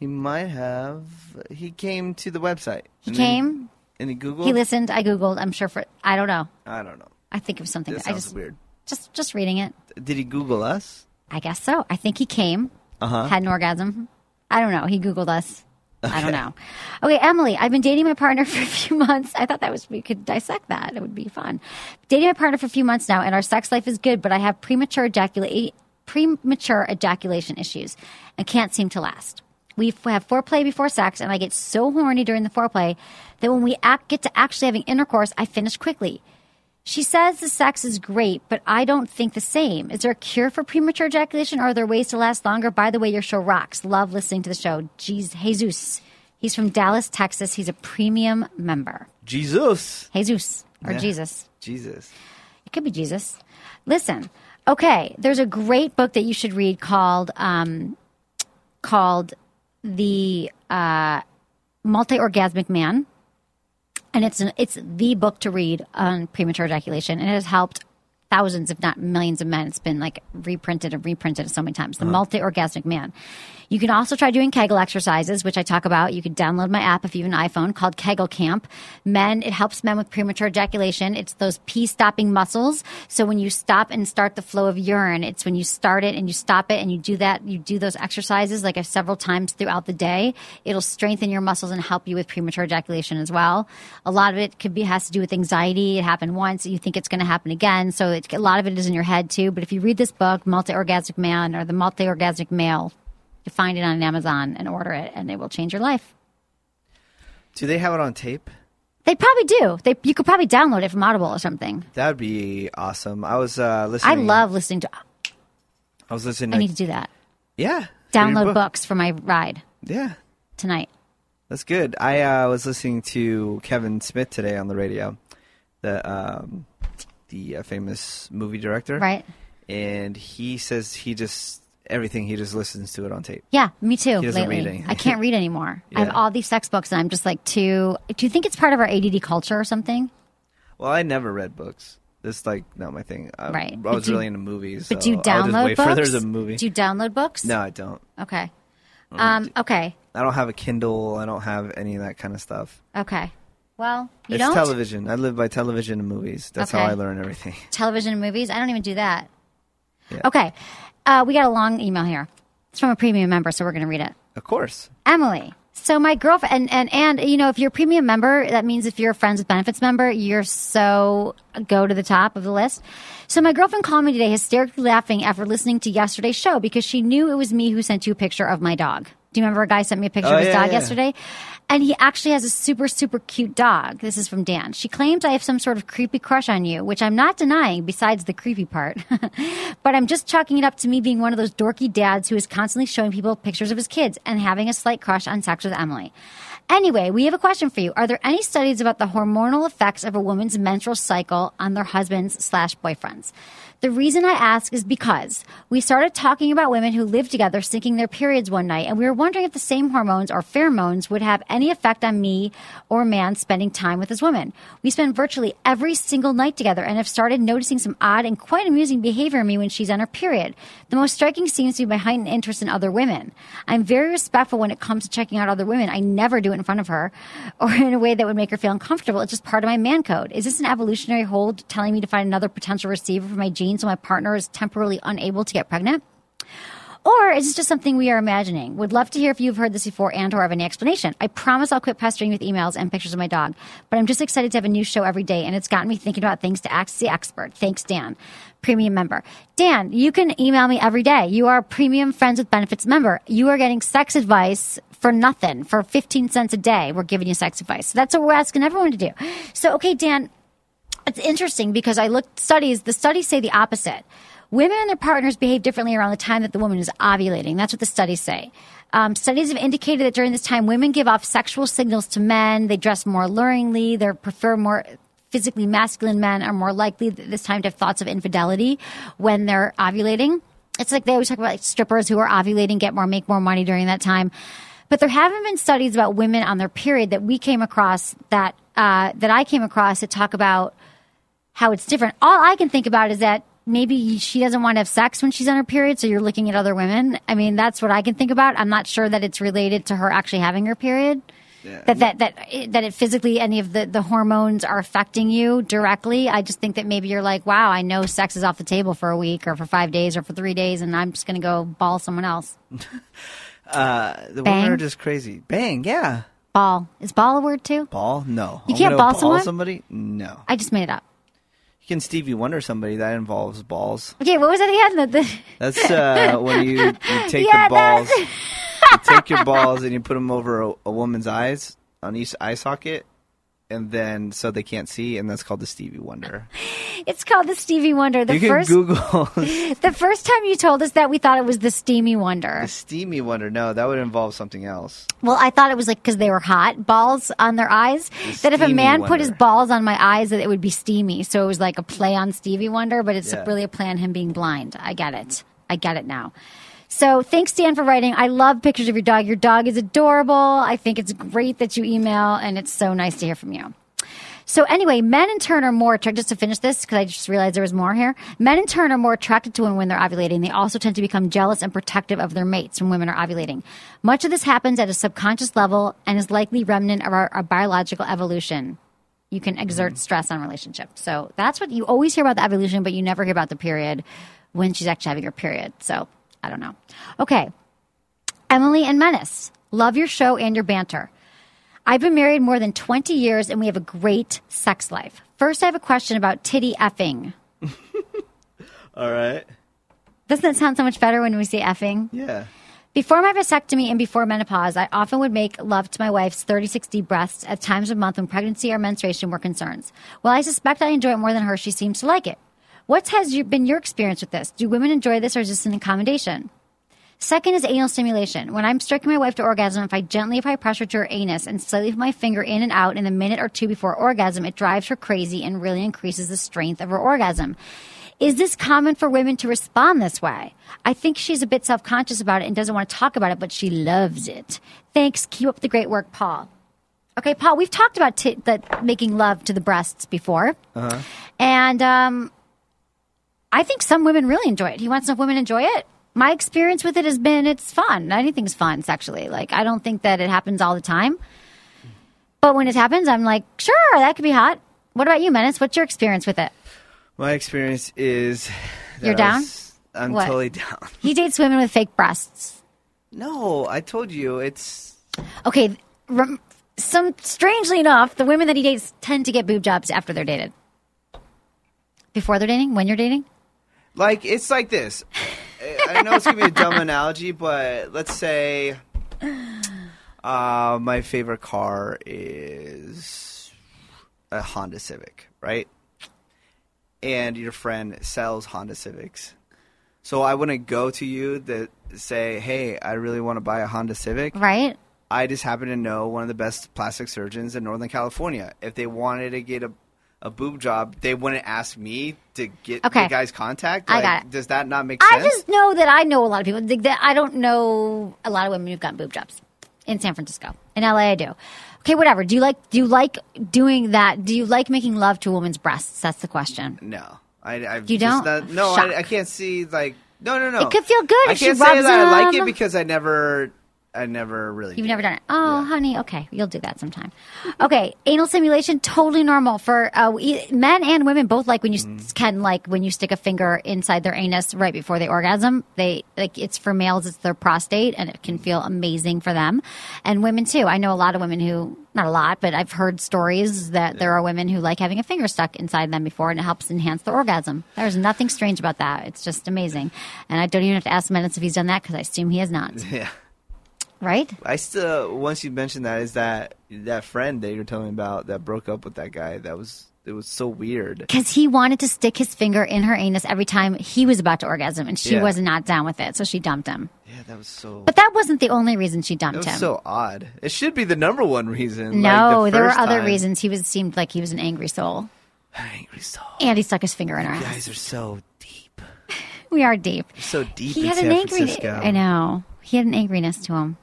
M: He might have. He came to the website.
L: He
M: and then
L: came,
M: and he Googled.
L: he listened, I Googled. I'm sure for, I don't know.
M: I don't know.
L: I think it was something.
M: That
L: I
M: sounds
L: just,
M: weird.
L: just, just reading it.
M: Did he Google us?
L: I guess so. I think he came, had an orgasm. I don't know. He Googled us. I don't know. Okay, Emily, I've been dating my partner for a few months. I thought that was, we could dissect that. It would be fun. Dating my partner for a few months now, and our sex life is good, but I have premature, ejacula- premature ejaculation issues and can't seem to last. We f- have foreplay before sex, and I get so horny during the foreplay that when we act, get to actually having intercourse, I finish quickly. She says the sex is great, but I don't think the same. Is there a cure for premature ejaculation? Are there ways to last longer? By the way, your show rocks. Love listening to the show. Jeez, Jesus. He's from Dallas, Texas. He's a premium member.
M: Jesus.
L: Jesus or
M: Yeah.
L: Jesus.
M: Jesus.
L: It could be Jesus. Listen, okay, there's a great book that you should read called um, called the uh, Multi Orgasmic Man, and it's an, it's the book to read on premature ejaculation, and it has helped thousands, if not millions of men. It's been like reprinted and reprinted so many times. The multi orgasmic man. You can also try doing Kegel exercises, which I talk about. You can download my app if you have an iPhone called Kegel Camp. Men, it helps men with premature ejaculation. It's those pee stopping muscles. So when you stop and start the flow of urine, it's when you start it and you stop it and you do that, you do those exercises like uh, several times throughout the day. It'll strengthen your muscles and help you with premature ejaculation as well. A lot of it could be has to do with anxiety. It happened once, you think it's going to happen again. So it, a lot of it is in your head too. But if you read this book, Multi Orgasmic Man or the Multi Orgasmic Male, you find it on Amazon and order it, and it will change your life.
M: Do they have it on tape?
L: They probably do. They you could probably download it from Audible or something.
M: That would be awesome. I was uh, listening.
L: I love listening to.
M: I was listening.
L: I need to do that.
M: yeah. for your
L: Download
M: book.
L: books for my ride
M: Yeah.
L: tonight.
M: That's good. I uh, was listening to Kevin Smith today on the radio, the um, the uh, famous movie director,
L: Right?
M: And he says he just everything he just listens to it on tape.
L: Yeah, me too.
M: He doesn't
L: lately,
M: read any-
L: I can't read anymore. I
M: Yeah.
L: have all these sex books, and I'm just like too. Do you think it's part of our ADD culture or something?
M: Well, I never read books. It's like not my thing. I,
L: Right.
M: I
L: But
M: was
L: do you-
M: really into movies.
L: But
M: so
L: do you
M: Oh, I'll just
L: download
M: wait
L: books?
M: for there's a movie.
L: Do you download books?
M: no, Oh, I don't.
L: Okay. Um. Okay.
M: I don't have a Kindle. I don't have any of that kind of stuff.
L: Okay. Well, you
M: it's
L: don't
M: television. I live by television and movies. That's how
L: Okay.
M: I learn everything.
L: television and movies. I don't even do that.
M: Yeah.
L: Okay. Uh, we got a long email here. It's from a premium member, so we're going to read it.
M: Of course.
L: Emily. So my girlfriend and, and and you know if you're a premium member that means if you're a friends with benefits member you're so go to the top of the list. So my girlfriend called me today hysterically laughing after listening to yesterday's show because she knew it was me who sent you a picture of my dog. Do you remember a guy sent me a picture
M: Oh,
L: of his
M: yeah,
L: dog
M: yeah.
L: yesterday? And he actually has a super super cute dog. This is from Dan. She claims I have some sort of creepy crush on you, which I'm not denying besides the creepy part. but I'm just chalking it up to me being one of those dorky dads who is constantly showing people pictures of his kids and having a slight crush on sex with Emily. Anyway, we have a question for you. Are there any studies about the hormonal effects of a woman's menstrual cycle on their husbands slash boyfriends? The reason I ask is because we started talking about women who live together syncing their periods one night, and we were wondering if the same hormones or pheromones would have any effect on me or a man spending time with his woman. We spend virtually every single night together and have started noticing some odd and quite amusing behavior in me when she's on her period. The most striking seems to be my heightened interest in other women. I'm very respectful when it comes to checking out other women. I never do it in front of her or in a way that would make her feel uncomfortable. It's just part of my man code. Is this an evolutionary hold telling me to find another potential receiver for my genes so my partner is temporarily unable to get pregnant? Or is this just something we are imagining? Would love to hear if you've heard this before and or have any explanation. I promise I'll quit pestering with emails and pictures of my dog, but I'm just excited to have a new show every day and it's gotten me thinking about things to ask the expert. Thanks, Dan. Premium member. Dan, you can email me every day. You are a premium friends with benefits member. You are getting sex advice for nothing. For 15 cents a day, we're giving you sex advice. So that's what we're asking everyone to do. So, okay, Dan, it's interesting because I looked studies. The studies say the opposite. Women and their partners behave differently around the time that the woman is ovulating. That's what the studies say. Um, studies have indicated that during this time, women give off sexual signals to men. They dress more alluringly. They prefer more physically masculine men are more likely th- this time to have thoughts of infidelity when they're ovulating. It's like they always talk about like strippers who are ovulating get more, make more money during that time. But there haven't been studies about women on their period that we came across that uh, that I came across that talk about how it's different. All I can think about is that maybe she doesn't want to have sex when she's on her period, so you're looking at other women. I mean, that's what I can think about. I'm not sure that it's related to her actually having her period. That that that it, that it physically any of the the hormones are affecting you directly. I just think that maybe you're like, wow, I know sex is off the table for a week or for five days or for three days, and I'm just gonna go ball someone else.
M: The
L: Bang.
M: women are just crazy. Bang, yeah.
L: Ball is ball a word too?
M: Ball? No.
L: You
M: I'm
L: can't
M: gonna
L: ball someone?
M: somebody? No.
L: I just made it up.
M: You can Stevie Wonder somebody. That involves balls.
L: Okay, what was at the end? The, the,
M: That's uh, when you, you take
L: Yeah,
M: the balls, you take your balls and you put them over a, a woman's eyes on each eye socket, and then so they can't see, and that's called the Stevie Wonder.
L: it's called the Stevie Wonder. The
M: you can
L: first
M: Google
L: The first time you told us that, we thought it was the steamy wonder.
M: the Steamy Wonder. No, that would involve something else.
L: Well, I thought it was like because they were hot balls on their eyes. That if a
M: steamy
L: man put
M: wonder.
L: his balls on my eyes, that it would be steamy. So it was like a play on Stevie Wonder, but it's
M: Yeah.
L: really a play on him being blind. I get it. I get it now. So thanks, Dan, for writing. I love pictures of your dog. Your dog is adorable. I think it's great that you email, and it's so nice to hear from you. So anyway, men in turn are more attracted. Just to finish this, because I just realized there was more here. Men in turn are more attracted to women when they're ovulating. They also tend to become jealous and protective of their mates when women are ovulating. Much of this happens at a subconscious level and is likely remnant of our, our biological evolution. You can exert stress on relationships. So that's what you always hear about the evolution, but you never hear about the period when she's actually having her period. So I don't know. Okay. Emily and Menace, love your show and your banter. I've been married more than 20 years and we have a great sex life. First, I have a question about titty effing.
M: All right.
L: Doesn't that sound so much better when we say effing?
M: Yeah.
L: Before my vasectomy and before menopause, I often would make love to my wife's 3060 breasts at times of month when pregnancy or menstruation were concerns. While I suspect I enjoy it more than her, she seems to like it. What has your, been your experience with this? Do women enjoy this or is this an accommodation? Second is anal stimulation. When I'm stroking my wife to orgasm, if I gently apply pressure to her anus and slightly put my finger in and out in the minute or two before orgasm, it drives her crazy and really increases the strength of her orgasm. Is this common for women to respond this way? I think she's a bit self conscious about it and doesn't want to talk about it, but she loves it. Thanks. Keep up the great work, Paul. Okay, Paul, we've talked about t- the making love to the breasts before. And um, I think some women really enjoy it. He wants to know if women enjoy it. My experience with it has been it's fun. Anything's fun sexually. Like, I don't think that it happens all the time. But when it happens, I'm like, sure, that could be hot. What about you, Menace? What's your experience with it?
M: My experience is. that
L: You're
M: I
L: down?
M: was- I'm
L: What?
M: totally down.
L: He dates women with fake breasts.
M: No, I told you it's
L: Okay, rem- some strangely enough, the women that he dates tend to get boob jobs after they're dated. Before they're dating, when you're dating,
M: like it's like this. I I know it's gonna be a dumb analogy, but let's say uh, my favorite car is a Honda Civic, right? And your friend sells Honda Civics, so I wouldn't go to you that say, "Hey, I really want to buy a Honda Civic."
L: right?
M: I just happen to know one of the best plastic surgeons in Northern California. If they wanted to get a, a boob job, they wouldn't ask me to get
L: Okay.
M: the guy's contact.
L: I
M: Like,
L: got it.
M: Does that not make
L: I
M: sense?
L: just know that I know a lot of people. Like, that I don't know a lot of women who've gotten boob jobs in San Francisco. In LA, I do. Okay, whatever. Do you like? Do you like doing that? Do you like making love to a woman's breasts? That's the question.
M: no, I, I've
L: You
M: just
L: don't?
M: not- no,
L: Shock.
M: I, I can't see like no, no, no.
L: It could feel good
M: I
L: if she
M: can't say
L: rubs
M: that I like
L: them.
M: it because I never, I never really.
L: You've
M: did
L: never done it. Oh, honey. Okay, you'll do that sometime. Okay, anal simulation totally normal for uh, we- men and women both. Like when you s can like when you stick a finger inside their anus right before they orgasm. They like it's for males. It's their prostate, and it can feel amazing for them, and women too. I know a lot of women who not a lot, but I've heard stories that there are women who like having a finger stuck inside them before, and it helps enhance the orgasm. There's nothing strange about that. It's just amazing, and I don't even have to ask Menace if he's done that because I assume he has not.
M: Yeah.
L: Right?
M: I still once you mentioned that is that that friend that you were telling me about that broke up with that guy that was it was so weird.
L: because he wanted to stick his finger in her anus every time he was about to orgasm, and she
M: Yeah.
L: was not down with it, so she dumped him.
M: Yeah, that was so.
L: But that wasn't the only reason she dumped
M: That
L: him.
M: was so odd. It should be the number one reason.
L: no,
M: like the
L: there were
M: first
L: other
M: time.
L: reasons. He was seemed like he was an angry soul,
M: Angry soul.
L: and he stuck his finger in her.
M: You
L: ass.
M: guys are so deep.
L: We are deep.
M: You're so deep.
L: He
M: in
L: had
M: San
L: an angry.
M: Francisco.
L: I know he had an angriness to him.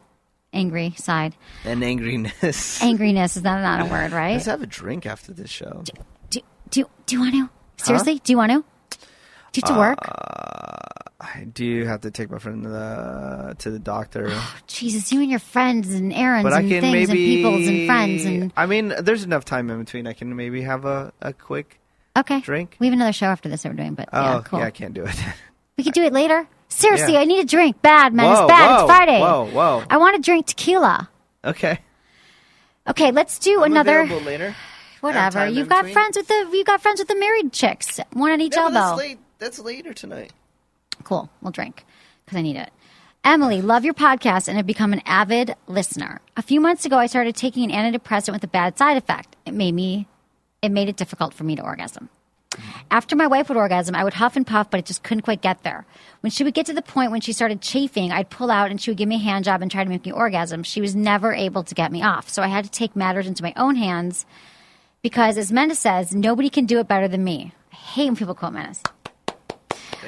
L: Angry side.
M: An angriness.
L: Angriness is that not a word, right?
M: Let's have a drink after this show.
L: do, do do you want to? Seriously, do you want to? Do you have to work?
M: Uh, I do have to take my friend to the, to the doctor,
L: Jesus, you and your friends and errands
M: but I
L: and
M: can
L: things
M: maybe
L: and peoples and friends and
M: I mean, there's enough time in between. I can maybe have a, a quick.
L: Okay.
M: Drink?
L: We have another show after this that we're doing, but
M: Oh,
L: yeah, cool.
M: I can't do it.
L: We could do it later. Seriously,
M: Yeah.
L: I need a drink. Bad, man. it's
M: Whoa,
L: bad.
M: whoa,
L: it's Friday.
M: whoa, whoa.
L: I want to drink tequila.
M: okay.
L: Okay, let's do
M: I'm
L: Oh, another.
M: available later.
L: Whatever.
M: time in
L: You've got
M: between.
L: friends with the you have got friends with the married chicks. One on each
M: No, but that's
L: elbow.
M: late. That's later tonight.
L: Cool. We'll drink because I need it. Emily, love your podcast and have become an avid listener. A few months ago, I started taking an antidepressant with a bad side effect. It made me, it made it difficult for me to orgasm. After my wife would orgasm, I would huff and puff, but it just couldn't quite get there. When she would get to the point when she started chafing, I'd pull out and she would give me a hand job and try to make me orgasm. She was never able to get me off, so I had to take matters into my own hands because, as Menda says, nobody can do it better than me. I hate when people quote Menace.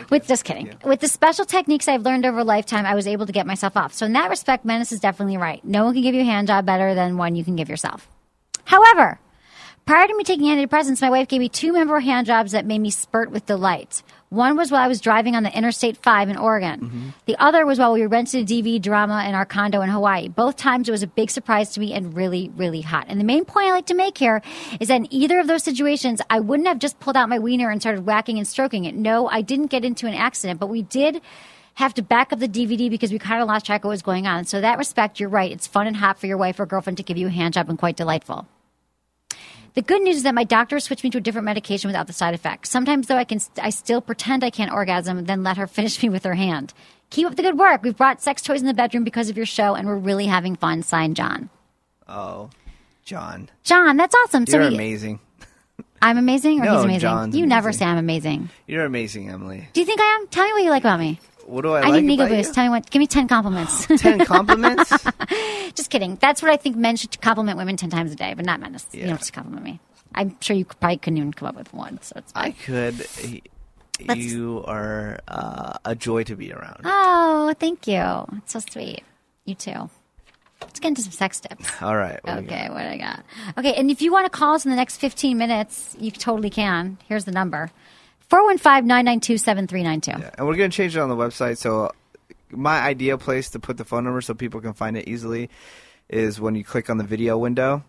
L: With just kidding. With the special techniques I've learned over a lifetime, I was able to get myself off. So in that respect, Menace is definitely right. No one can give you a hand job better than one you can give yourself. However, Prior to me taking antidepressants, my wife gave me two memorable hand jobs that made me spurt with delight. One was while I was driving on the Interstate 5 in Oregon. The other was while we rented a DV drama in our condo in Hawaii. Both times it was a big surprise to me and really, really hot. And the main point I like to make here is that in either of those situations, I wouldn't have just pulled out my wiener and started whacking and stroking it. No, I didn't get into an accident, but we did have to back up the DVD because we kind of lost track of what was going on. So, in that respect, you're right. It's fun and hot for your wife or girlfriend to give you a hand job and quite delightful. The good news is that my doctor switched me to a different medication without the side effects. Sometimes, though, I can I still pretend I can't orgasm, then let her finish me with her hand. Keep up the good work. We've brought sex toys in the bedroom because of your show, and we're really having fun. Signed, John.
M: Oh, John,
L: John, that's awesome.
M: you're
L: so we-
M: amazing.
L: I'm amazing, or
M: No,
L: he's amazing.
M: John's
L: you never
M: amazing.
L: say I'm amazing.
M: You're amazing, Emily.
L: Do you think I am? Tell me what you like about me.
M: What do I,
L: I,
M: like
L: need an ego
M: about
L: boost.
M: you?
L: Tell me what. Give me ten compliments.
M: Ten compliments.
L: Just kidding. That's what I think men should compliment women ten times a day, but not men. You
M: Yeah.
L: don't have to compliment me. I'm sure you probably couldn't even come up with one. So it's fine.
M: I could. You are uh, a joy to be around.
L: Oh, thank you. That's so sweet. You too. Let's get into some sex tips.
M: All right. what do we got?
L: Okay, what I got? Okay, and if you want to call us in the next 15 minutes, you totally can. Here's the number 415 992 7392.
M: And we're going to change it on the website. So, my ideal place to put the phone number so people can find it easily is when you click on the video window.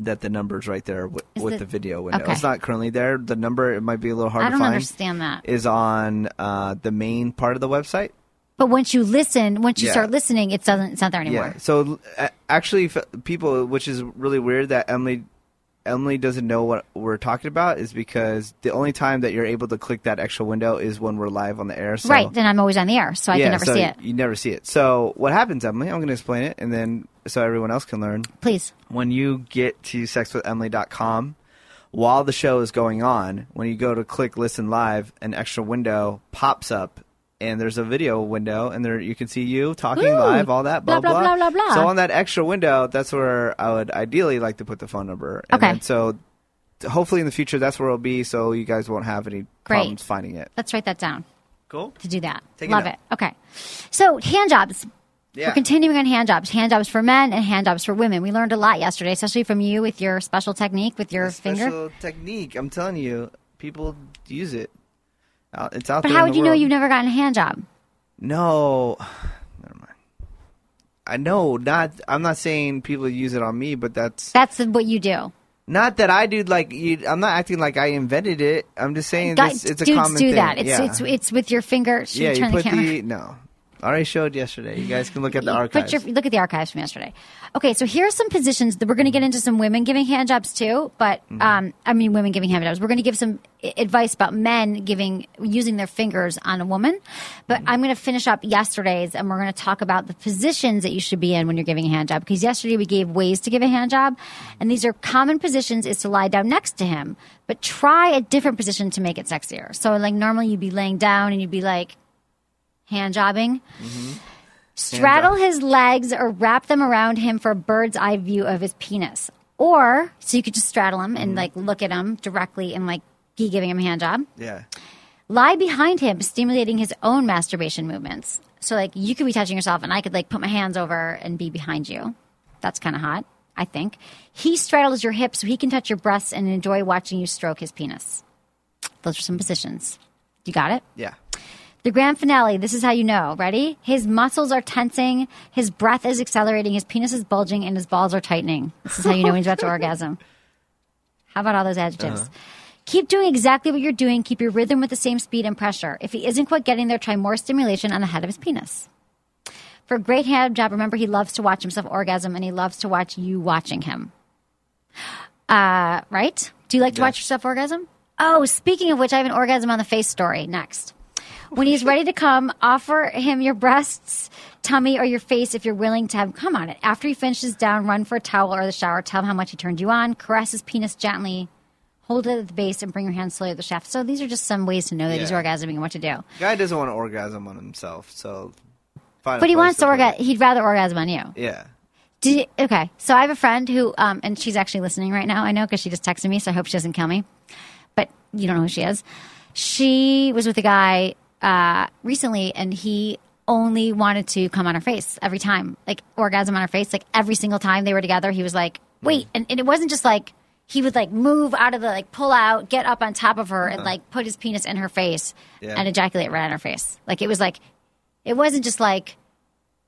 M: That the number's right there with,
L: Is
M: with
L: the-
M: the, video window.
L: okay.
M: It's not currently there. The number it might be a little hard
L: I
M: to
L: don't
M: find.
L: understand that.
M: Is on uh, the main part of the website.
L: But once you listen, once you
M: Yeah.
L: start listening, it doesn't, it's not there anymore.
M: Yeah. So uh, actually, f- people, which is really weird that Emily Emily doesn't know what we're talking about, is because the only time that you're able to click that extra window is when we're live on the air. So,
L: right, then I'm always on the air, so I
M: yeah,
L: can never
M: so
L: see it.
M: You never see it. So what happens, Emily? I'm going to explain it, and then so everyone else can learn.
L: Please.
M: When you get to sexwithemily.com, while the show is going on, when you go to click listen live, an extra window pops up. And there's a video window, and there you can see you talking
L: Ooh,
M: live, all that,
L: blah,
M: blah
L: blah,
M: blah.
L: blah, blah, blah.
M: So on that extra window, that's where I would ideally like to put the phone number. And
L: Okay.
M: then- so hopefully in the future, that's where it'll be, so you guys won't have any problems finding it.
L: Let's write that down
M: Cool.
L: to do that.
M: Take a
L: Love
M: note.
L: it. Okay. So, hand jobs.
M: Yeah.
L: We're continuing on hand jobs, hand jobs for men and hand jobs for women. We learned a lot yesterday, especially from you with your special technique with your finger.
M: special technique. I'm telling you, people use it. Uh, It's out
L: But
M: there.
L: how
M: in
L: would
M: the
L: you know
M: world.
L: you've never gotten a hand job?
M: No, never mind. I know. Not. I'm not saying people use it on me, but that's
L: That's what you do.
M: not that I do. Like, you, I'm not acting like I invented it. I'm just saying
L: Guy-
M: this, it's a
L: dudes
M: common
L: do
M: thing.
L: that. It's
M: yeah.
L: it's it's with your finger. Should
M: yeah.
L: we
M: You
L: turn
M: put
L: the camera?
M: the no. I already showed yesterday. You guys can look at the
L: You put
M: archives.
L: your- look at the archives from yesterday. Okay, so here are some positions that we're going to get into some women giving hand jobs too, but
M: Mm-hmm.
L: um, I mean women giving hand jobs. We're going to give some i- advice about men giving using their fingers on a woman, but
M: Mm-hmm.
L: I'm going to finish up yesterday's and we're going to talk about the positions that you should be in when you're giving a hand job because yesterday we gave ways to give a hand job, and these are common positions is to lie down next to him, but try a different position to make it sexier. So like normally you'd be laying down and you'd be like hand jobbing. Straddle his legs or wrap them around him for a bird's eye view of his penis. Or, so you could just straddle him and like look at him directly and like be giving him a hand job.
M: yeah.
L: Lie behind him, stimulating his own masturbation movements. So, like, you could be touching yourself and I could like put my hands over and be behind you. That's kind of hot, I think. He straddles your hips so he can touch your breasts and enjoy watching you stroke his penis. Those are some positions. You got it?
M: Yeah.
L: The grand finale, this is how you know. Ready? His muscles are tensing, his breath is accelerating, his penis is bulging, and his balls are tightening. This is how you know when he's about to orgasm. How about all those adjectives? Keep doing exactly what you're doing. Keep your rhythm with the same speed and pressure. If he isn't quite getting there, try more stimulation on the head of his penis. For a great hand job, remember he loves to watch himself orgasm and he loves to watch you watching him. Uh, right? Do you like to watch yourself orgasm? Oh, speaking of which, I have an orgasm on the face story next. When he's ready to come, offer him your breasts, tummy, or your face if you're willing to have him come on it. After he finishes down, run for a towel or the shower. Tell him how much he turned you on. Caress his penis gently. Hold it at the base and bring your hand slowly to the shaft. So these are just some ways to know that he's
M: Yeah.
L: orgasming and what to do.
M: Guy doesn't want to orgasm on himself, so. Find a
L: But
M: place
L: he wants to
M: put
L: orgasm.
M: it.
L: He'd rather orgasm on you.
M: Yeah.
L: Did you- okay, so I have a friend who, um, and she's actually listening right now. I know because she just texted me, so I hope she doesn't kill me. But you don't know who she is. She was with a guy uh, recently, and he only wanted to come on her face every
M: Mm.
L: time, like orgasm on her face, like every single time they were together. He was like, "Wait," and, and it wasn't just like he would like move out of the like pull out, get up on top of her, and like put his penis in her face
M: Uh-huh. Yeah.
L: and ejaculate right on her face. Like it was like it wasn't just like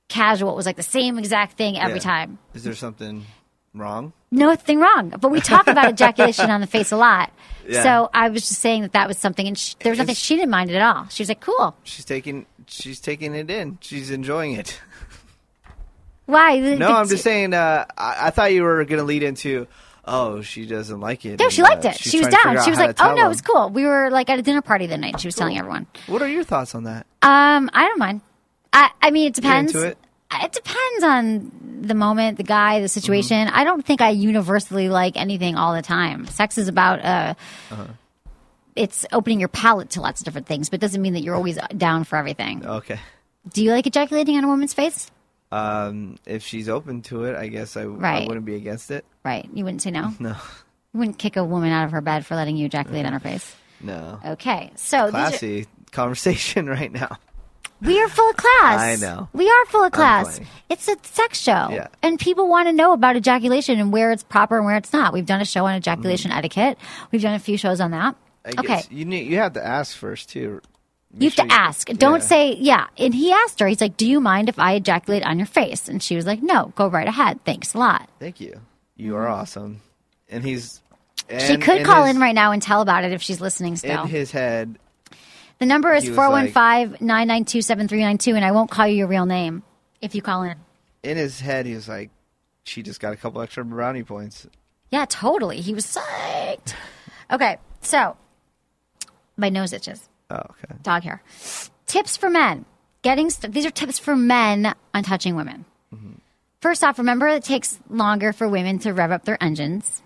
L: casual. It was like the same exact thing every
M: Yeah.
L: time.
M: Is there something wrong?
L: Nothing wrong, but we talk about ejaculation on the face a lot.
M: Yeah.
L: So I was just saying that that was something, and she, there was nothing.
M: It's-
L: She didn't mind it at all. She was like, "Cool,
M: She's taking she's taking it in. She's enjoying it.
L: why?"
M: No, I'm just saying. Uh, I, I thought you were gonna lead into. Oh, she doesn't like it.
L: No,
M: and,
L: she liked
M: uh,
L: it.
M: she's
L: She was
M: trying to figure
L: down.
M: out
L: She was
M: how
L: like,
M: to
L: "Oh
M: tell
L: no,
M: him."
L: it was cool." We were like at a dinner party the night. She was telling everyone.
M: What are your thoughts on that?
L: Um, I don't mind. I, I mean, it depends.
M: into it?
L: It depends on the moment, the guy, the situation.
M: Mm-hmm.
L: I don't think I universally like anything all the time. Sex is about uh,
M: Uh-huh.
L: it's opening your palate to lots of different things, but it doesn't mean that you're always down for everything.
M: Okay.
L: Do you like ejaculating on a woman's face?
M: Um, if she's open to it, I guess I, I
L: Right.
M: wouldn't be against it.
L: Right. You wouldn't say no. No. You wouldn't kick a woman out of her bed for letting you ejaculate on her face.
M: No.
L: Okay, so these are-
M: Classy conversation right now.
L: We are full of class.
M: I know.
L: We are full of class.
M: playing.
L: It's a sex show.
M: Yeah.
L: And people want to know about ejaculation and where it's proper and where it's not. We've done a show on ejaculation etiquette. We've done a few shows on that.
M: Mm-hmm. I
L: okay.
M: guess you need you have to ask first too. Make
L: You have
M: sure
L: to ask.
M: yeah.
L: Don't say, yeah. And he asked her, he's like, Do you mind if I ejaculate on your face? And she was like, No, go right ahead. Thanks a lot.
M: Thank you. You are awesome. And he's.
L: Mm-hmm. she
M: and-
L: could
M: and
L: call
M: his-
L: in right now and tell about it if she's listening still.
M: In his head,
L: the number is
M: he was like-
L: 415 992 7392, and I won't call you your real name if you call in.
M: in his head, he was like, "She just got a couple extra brownie points."
L: Yeah, totally. He was psyched. Okay, so my nose itches.
M: Oh, okay.
L: Dog hair. Tips for men. Getting st- these are tips for men on touching women.
M: Mm-hmm.
L: First off, remember it takes longer for women to rev up their engines.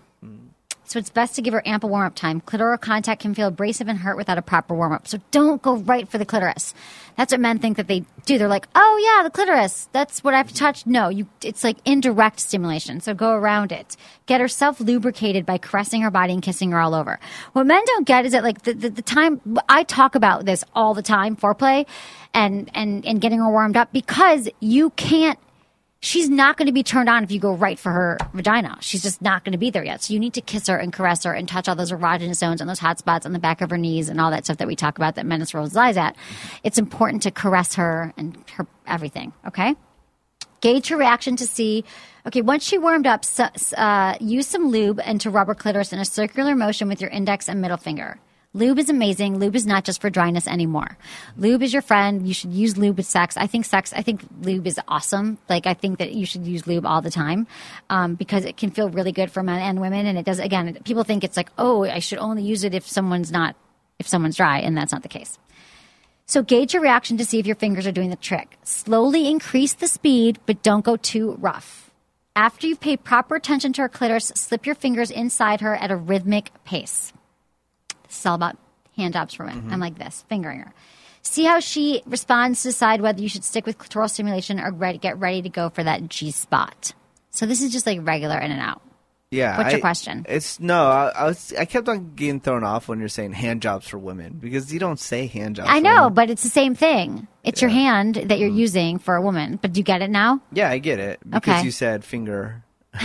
L: So it's best to give her ample warm up time. Clitoral contact can feel abrasive and hurt without a proper warm up. So don't go right for the clitoris. That's what men think that they do. They're like, oh yeah, the clitoris. That's what I have to touch. No, you, it's like indirect stimulation. So go around it. Get herself lubricated by caressing her body and kissing her all over. What men don't get is that like the, the, the time I talk about this all the time, foreplay and, and, and getting her warmed up because you can't she's not going to be turned on if you go right for her vagina. She's just not going to be there yet. So you need to kiss her and caress her and touch all those erogenous zones and those hot spots on the back of her knees and all that stuff that we talk about that Menace rolls his eyes at. It's important to caress her and her everything. Okay gauge her reaction to see. Okay, once she warmed up, su- s- uh, use some lube and to rub her clitoris in a circular motion with your index and middle finger. Lube is amazing. Lube is not just for dryness anymore. Lube is your friend. You should use lube with sex. I think sex. I think lube is awesome. Like I think that you should use lube all the time um, because it can feel really good for men and women. And it does. Again, people think it's like, oh, I should only use it if someone's not if someone's dry, and that's not the case. So gauge your reaction to see if your fingers are doing the trick. Slowly increase the speed, but don't go too rough. After you've paid proper attention to her clitoris, slip your fingers inside her at a rhythmic pace. This is all about hand jobs for women.
M: Mm-hmm.
L: I'm like this, fingering her. See how she responds to decide whether you should stick with clitoral stimulation or re- get ready to go for that G spot. So this is just like regular in and out.
M: Yeah.
L: What's your
M: I-
L: question?
M: It's no. I, I was. I kept on getting thrown off when you're saying hand jobs for women because you don't say hand jobs.
L: I
M: for
L: know,
M: women.
L: but it's the same thing. It's your hand that
M: Mm-hmm.
L: you're using for a woman. But do you get it now?
M: Yeah, I get it because
L: Okay.
M: you said finger.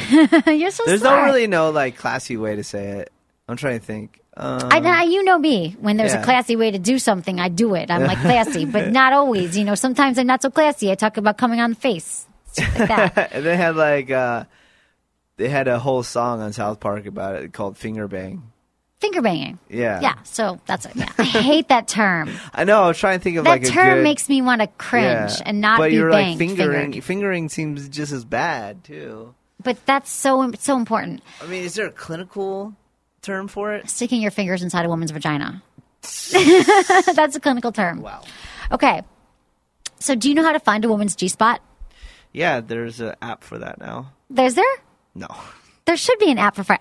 L: you're so
M: There's
L: smart.
M: no really no like classy way to say it. I'm trying to think. Um,
L: I, I- you know me. When there's
M: Yeah.
L: a classy way to do something, I do it. I'm like classy, but not always. You know, sometimes I'm not so classy. I talk about coming on the face, stuff like that.
M: and they had like uh, they had a whole song on South Park about it called finger bang.
L: finger banging.
M: Yeah.
L: yeah. So that's it. Yeah. I hate that term.
M: I know. I was trying to think of
L: That
M: like a
L: term
M: good-
L: makes me want to cringe
M: Yeah.
L: and not
M: but
L: be
M: you're
L: banged.
M: like fingering.
L: fingered.
M: Fingering seems just as bad too.
L: But that's so im- so important.
M: I mean, is there a clinical term for it?
L: Sticking your fingers inside a woman's vagina. that's a clinical term.
M: Wow.
L: Okay. So do you know how to find a woman's G spot?
M: Yeah, there's an app for that now.
L: There's there.
M: No.
L: There should be an app for. Fri-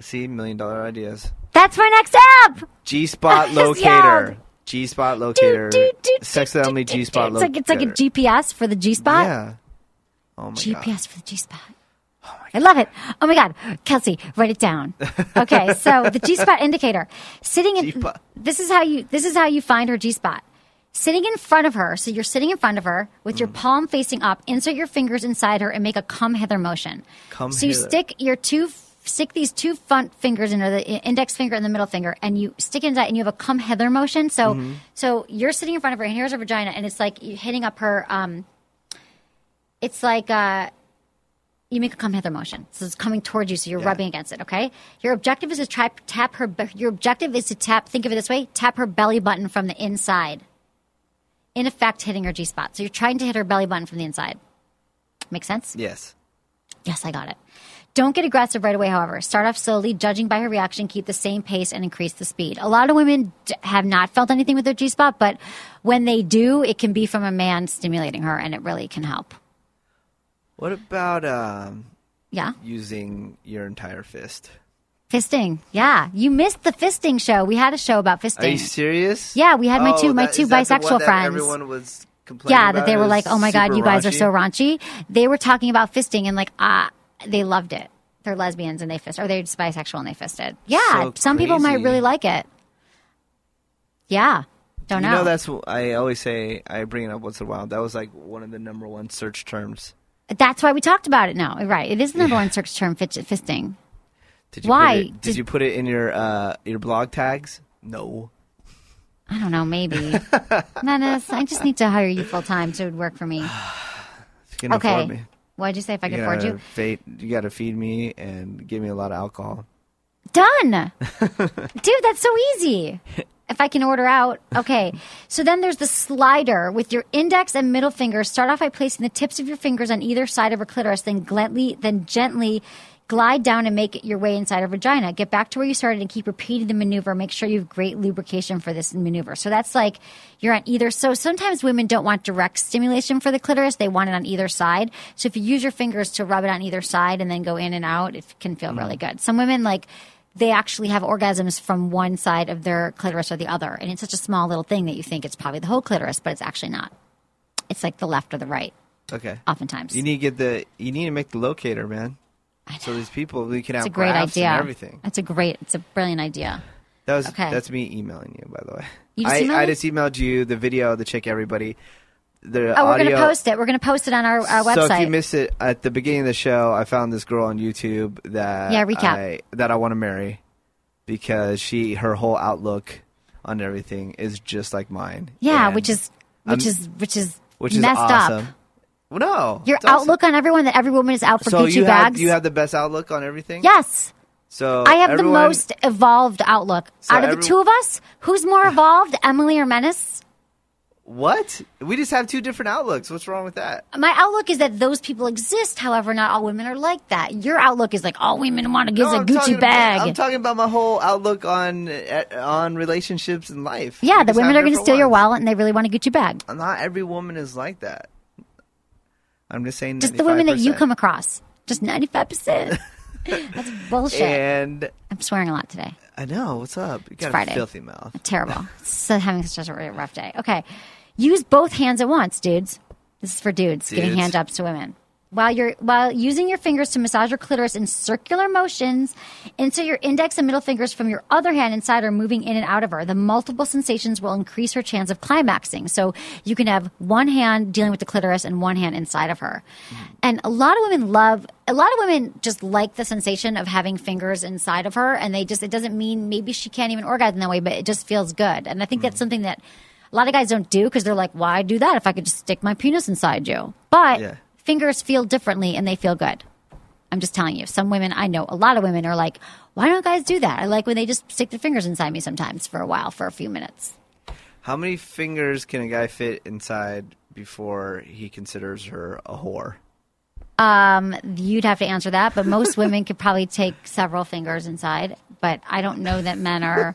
M: See, million dollar ideas.
L: that's my next app.
M: G spot
L: just
M: locator.
L: yelled.
M: G spot
L: Doo,
M: locator.
L: doo, doo,
M: Sex
L: doo,
M: only
L: doo,
M: G spot
L: doo. It's
M: locator.
L: like it's like a GPS for the G spot.
M: Yeah. Oh my god.
L: GPS for the G spot. I love it. Oh my God. Kelsey, write it down. Okay, so the G spot indicator. Sitting in
M: G-spot.
L: this is how you this is how you find her G spot. Sitting in front of her, so you're sitting in front of her with
M: Mm.
L: your palm facing up, insert your fingers inside her and make a come hither motion.
M: Come
L: so you
M: hither.
L: stick your two f- stick these two front fingers in, or the i- index finger and the middle finger, and you stick it inside, and you have a come hither motion. So,
M: Mm-hmm.
L: so you're sitting in front of her, and here's her vagina, and it's like you hitting up her. Um, it's like uh, you make a come hither motion, so it's coming towards you, so you're rubbing against it. Okay, your objective is to try, tap her. be- Your objective is to tap. Think of it this way: tap her belly button from the inside. In effect, hitting her G spot. So you're trying to hit her belly button from the inside. Make sense?
M: Yes.
L: Yes, I got it. Don't get aggressive right away, however. Start off slowly, judging by her reaction, keep the same pace, and increase the speed. A lot of women d- have not felt anything with their G spot, but when they do, it can be from a man stimulating her, and it really can help.
M: What about um,
L: Yeah.
M: using your entire fist?
L: Fisting. Yeah. You missed the fisting show. We had a show about
M: Are you
L: fisting.
M: serious?
L: Yeah, we had my two-
M: Oh,
L: my
M: that-
L: two
M: is that the
L: bisexual
M: one that
L: friends.
M: Everyone was complaining
L: Yeah, that
M: about?
L: they
M: It
L: were
M: was
L: like, oh my God,
M: super
L: you guys are
M: raunchy?
L: so raunchy. They were talking about fisting, and like, ah, they loved it. They're lesbians and they fist, or they're just bisexual and they fisted. Yeah.
M: So
L: some people might
M: crazy.
L: really like it. Yeah. Don't
M: You know, that's what I always say. I bring it up once in a while. That was like one of the number one search terms.
L: That's why we talked about it now. Right. It is the number one search term, fist- fisting.
M: Did you
L: Why?
M: Put it, did,
L: Did-
M: you put it in your uh, your blog tags? No.
L: I don't know, maybe. Menace, I just need to hire you full time so it would work for me.
M: You can afford
L: Okay.
M: me.
L: What'd you say if I could
M: You
L: afford
M: gotta,
L: you?
M: fate, you gotta feed me and give me a lot of alcohol.
L: Done. Dude, that's so easy. If I can order out. Okay. So then there's the slider with your index and middle finger. Start off by placing the tips of your fingers on either side of her clitoris, then gently, then gently glide down and make it your way inside her vagina. Get back to where you started and keep repeating the maneuver. Make sure you have great lubrication for this maneuver. So that's like you're on either. So sometimes women don't want direct stimulation for the clitoris. They want it on either side. So if you use your fingers to rub it on either side and then go in and out, it can feel really good. Some women like they actually have orgasms from one side of their clitoris or the other. And it's such a small little thing that you think it's probably the whole clitoris, but it's actually not. It's like the left or the right,
M: Okay.
L: oftentimes.
M: You need to get the. You need to make the locator, man. So these people, we can have
L: it's a great
M: graphs
L: idea.
M: and everything.
L: That's a great, it's a brilliant idea.
M: That was
L: Okay.
M: that's me emailing you, by the way.
L: You just
M: I,
L: emailed
M: I
L: me?
M: just emailed you the video of the chick everybody. The
L: Oh, we're
M: audio.
L: going to post it. We're going to post it on our, our website.
M: So if you missed it at the beginning of the show, I found this girl on YouTube that
L: Yeah, recap.
M: I, that I want to marry because she her whole outlook on everything is just like mine.
L: yeah,
M: And-
L: which is, which
M: I'm-
L: is, which is,
M: Um, which is
L: messed
M: awesome.
L: up.
M: Well, no,
L: Your
M: it's awesome.
L: outlook on everyone that every woman is out for
M: So
L: Gucci
M: you
L: bags.
M: have you have the best outlook on everything.
L: yes.
M: So
L: I have
M: everyone-
L: the most evolved outlook.
M: So
L: out of
M: every-
L: the two of us, who's more evolved, Emily or Menace?
M: What? We just have two different outlooks. What's wrong with that?
L: my outlook is that those people exist. However, not all women are like that. Your outlook is like all women want to get
M: No,
L: a
M: I'm talking
L: Gucci
M: about-
L: bag.
M: I'm talking about my whole outlook on eh, on relationships and life. We
L: yeah, the
M: just
L: women
M: have
L: are going to
M: different
L: steal your
M: ones.
L: wallet and they really want a Gucci bag.
M: Not every woman is like that. I'm just saying.
L: Just the women that you
M: 95%.
L: come across. Just 95%. That's bullshit.
M: And
L: I'm swearing a lot today.
M: I know what's up. You got a
L: Friday.
M: filthy mouth.
L: Terrible. so having such a really rough day. Okay. Use both hands at once, dudes. This is for dudes, giving
M: Dudes.
L: hand jobs to women. While you're while using your fingers to massage your clitoris in circular motions, insert your index and middle fingers from your other hand inside or moving in and out of her. The multiple sensations will increase her chance of climaxing. So you can have one hand dealing with the clitoris and one hand inside of her. And a lot of women love a lot of women just like the sensation of having fingers inside of her and they just it doesn't mean maybe she can't even orgasm that way, but it just feels good. And I think that's something that a lot of guys don't do because they're like, why do that if I could just stick my penis inside you? But
M: Yeah.
L: fingers feel differently and they feel good. I'm just telling you. Some women, I know a lot of women are like, why don't guys do that? I like when they just stick their fingers inside me sometimes for a while, for a few minutes.
M: How many fingers can a guy fit inside before he considers her a whore?
L: You'd have to answer that, but most women could probably take several fingers inside. But I don't know that men are.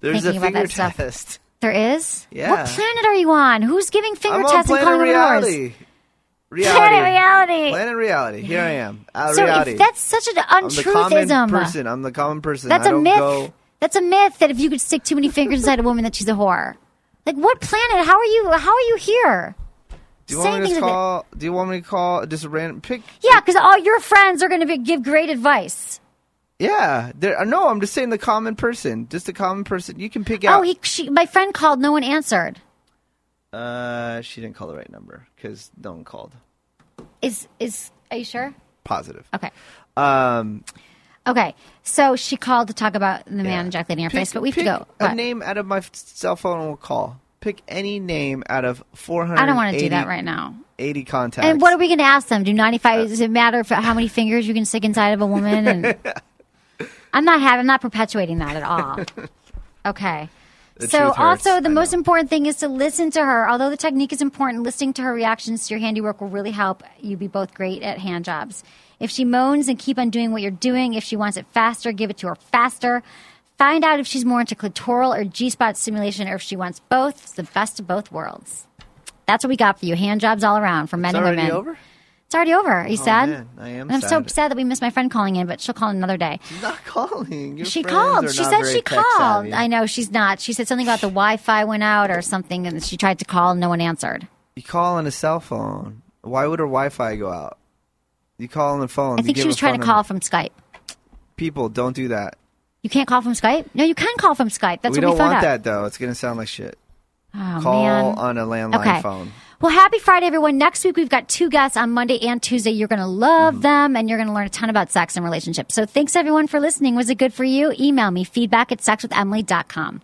M: There's a
L: Thinking about
M: finger
L: that stuff.
M: test.
L: There is?
M: Yeah.
L: What planet are you on? Who's giving finger
M: I'm
L: tests
M: on
L: and
M: planet
L: calling them yours?
M: reality. Reality.
L: Planet reality.
M: Planet reality. Here I am. Out of
L: So
M: reality.
L: if that's such an
M: I'm the common
L: untruthism.
M: person. I'm the common person.
L: That's
M: I
L: a
M: don't
L: myth.
M: go.
L: That's a myth that if you could stick too many fingers inside a woman, that she's a whore. Like what planet? How are you? How are you here?
M: Do you want
L: Saying
M: me
L: things
M: to
L: like that.
M: call? Do you want me to call just a random pick?
L: Yeah, because all your friends are going to be, give great advice.
M: Yeah. There. uh, No, I'm just saying the common person. Just the common person. You can pick out.
L: Oh, he, she, my friend called. No one answered.
M: Uh, she didn't call the right number because no one called.
L: Is is? Are you sure?
M: Positive.
L: Okay.
M: Um,
L: Okay, so she called to talk about the man ejaculating her
M: pick-
L: face, but we have to
M: pick
L: go.
M: A
L: What?
M: name out of my f- cell phone and we'll call. Pick any name out of 480.
L: I don't want to do that right now.
M: 80 contacts.
L: And what are we going to ask them? Do
M: Uh,
L: 95, does it matter if, how many fingers you can stick inside of a woman? And I'm not having, I'm not perpetuating that at all. Okay.
M: The
L: so
M: truth hurts.
L: also the
M: I
L: most
M: know.
L: important thing is to listen to her. Although the technique is important, listening to her reactions to your handiwork will really help you be both great at hand jobs. If she moans and keep on doing what you're doing, if she wants it faster, give it to her faster. Find out if she's more into clitoral or G-spot stimulation or if she wants both. It's the best of both worlds. That's what we got for you. Hand jobs all around for men
M: It's
L: and
M: already
L: women.
M: over?
L: It's already over. Are you sad?
M: Oh, man, I am
L: And I'm so
M: sad.
L: sad that we missed my friend calling in, but she'll call another day.
M: Not calling. Your
L: she
M: friends
L: called.
M: are
L: She
M: not
L: said
M: very
L: she
M: tech
L: called.
M: savvy.
L: I know she's not. She said something about the Wi-Fi went out or something, and she tried to call and no one answered.
M: You call on a cell phone. Why would her Wi Fi go out? You call on the phone.
L: I
M: You
L: think
M: give
L: she was
M: her
L: trying
M: phone
L: to call
M: number.
L: from Skype.
M: People, don't do that.
L: You can't call from Skype. No, you can call from Skype. That's
M: we
L: what
M: don't
L: we found
M: want
L: out.
M: that, though. It's going to sound like shit.
L: Oh,
M: call
L: man.
M: on a landline
L: okay.
M: phone.
L: Well, happy Friday, everyone. Next week, we've got two guests on Monday and Tuesday. You're going to love
M: Mm-hmm.
L: them and you're going to learn a ton about sex and relationships. So thanks, everyone, for listening. Was it good for you? Email me feedback at sexwithemily.com.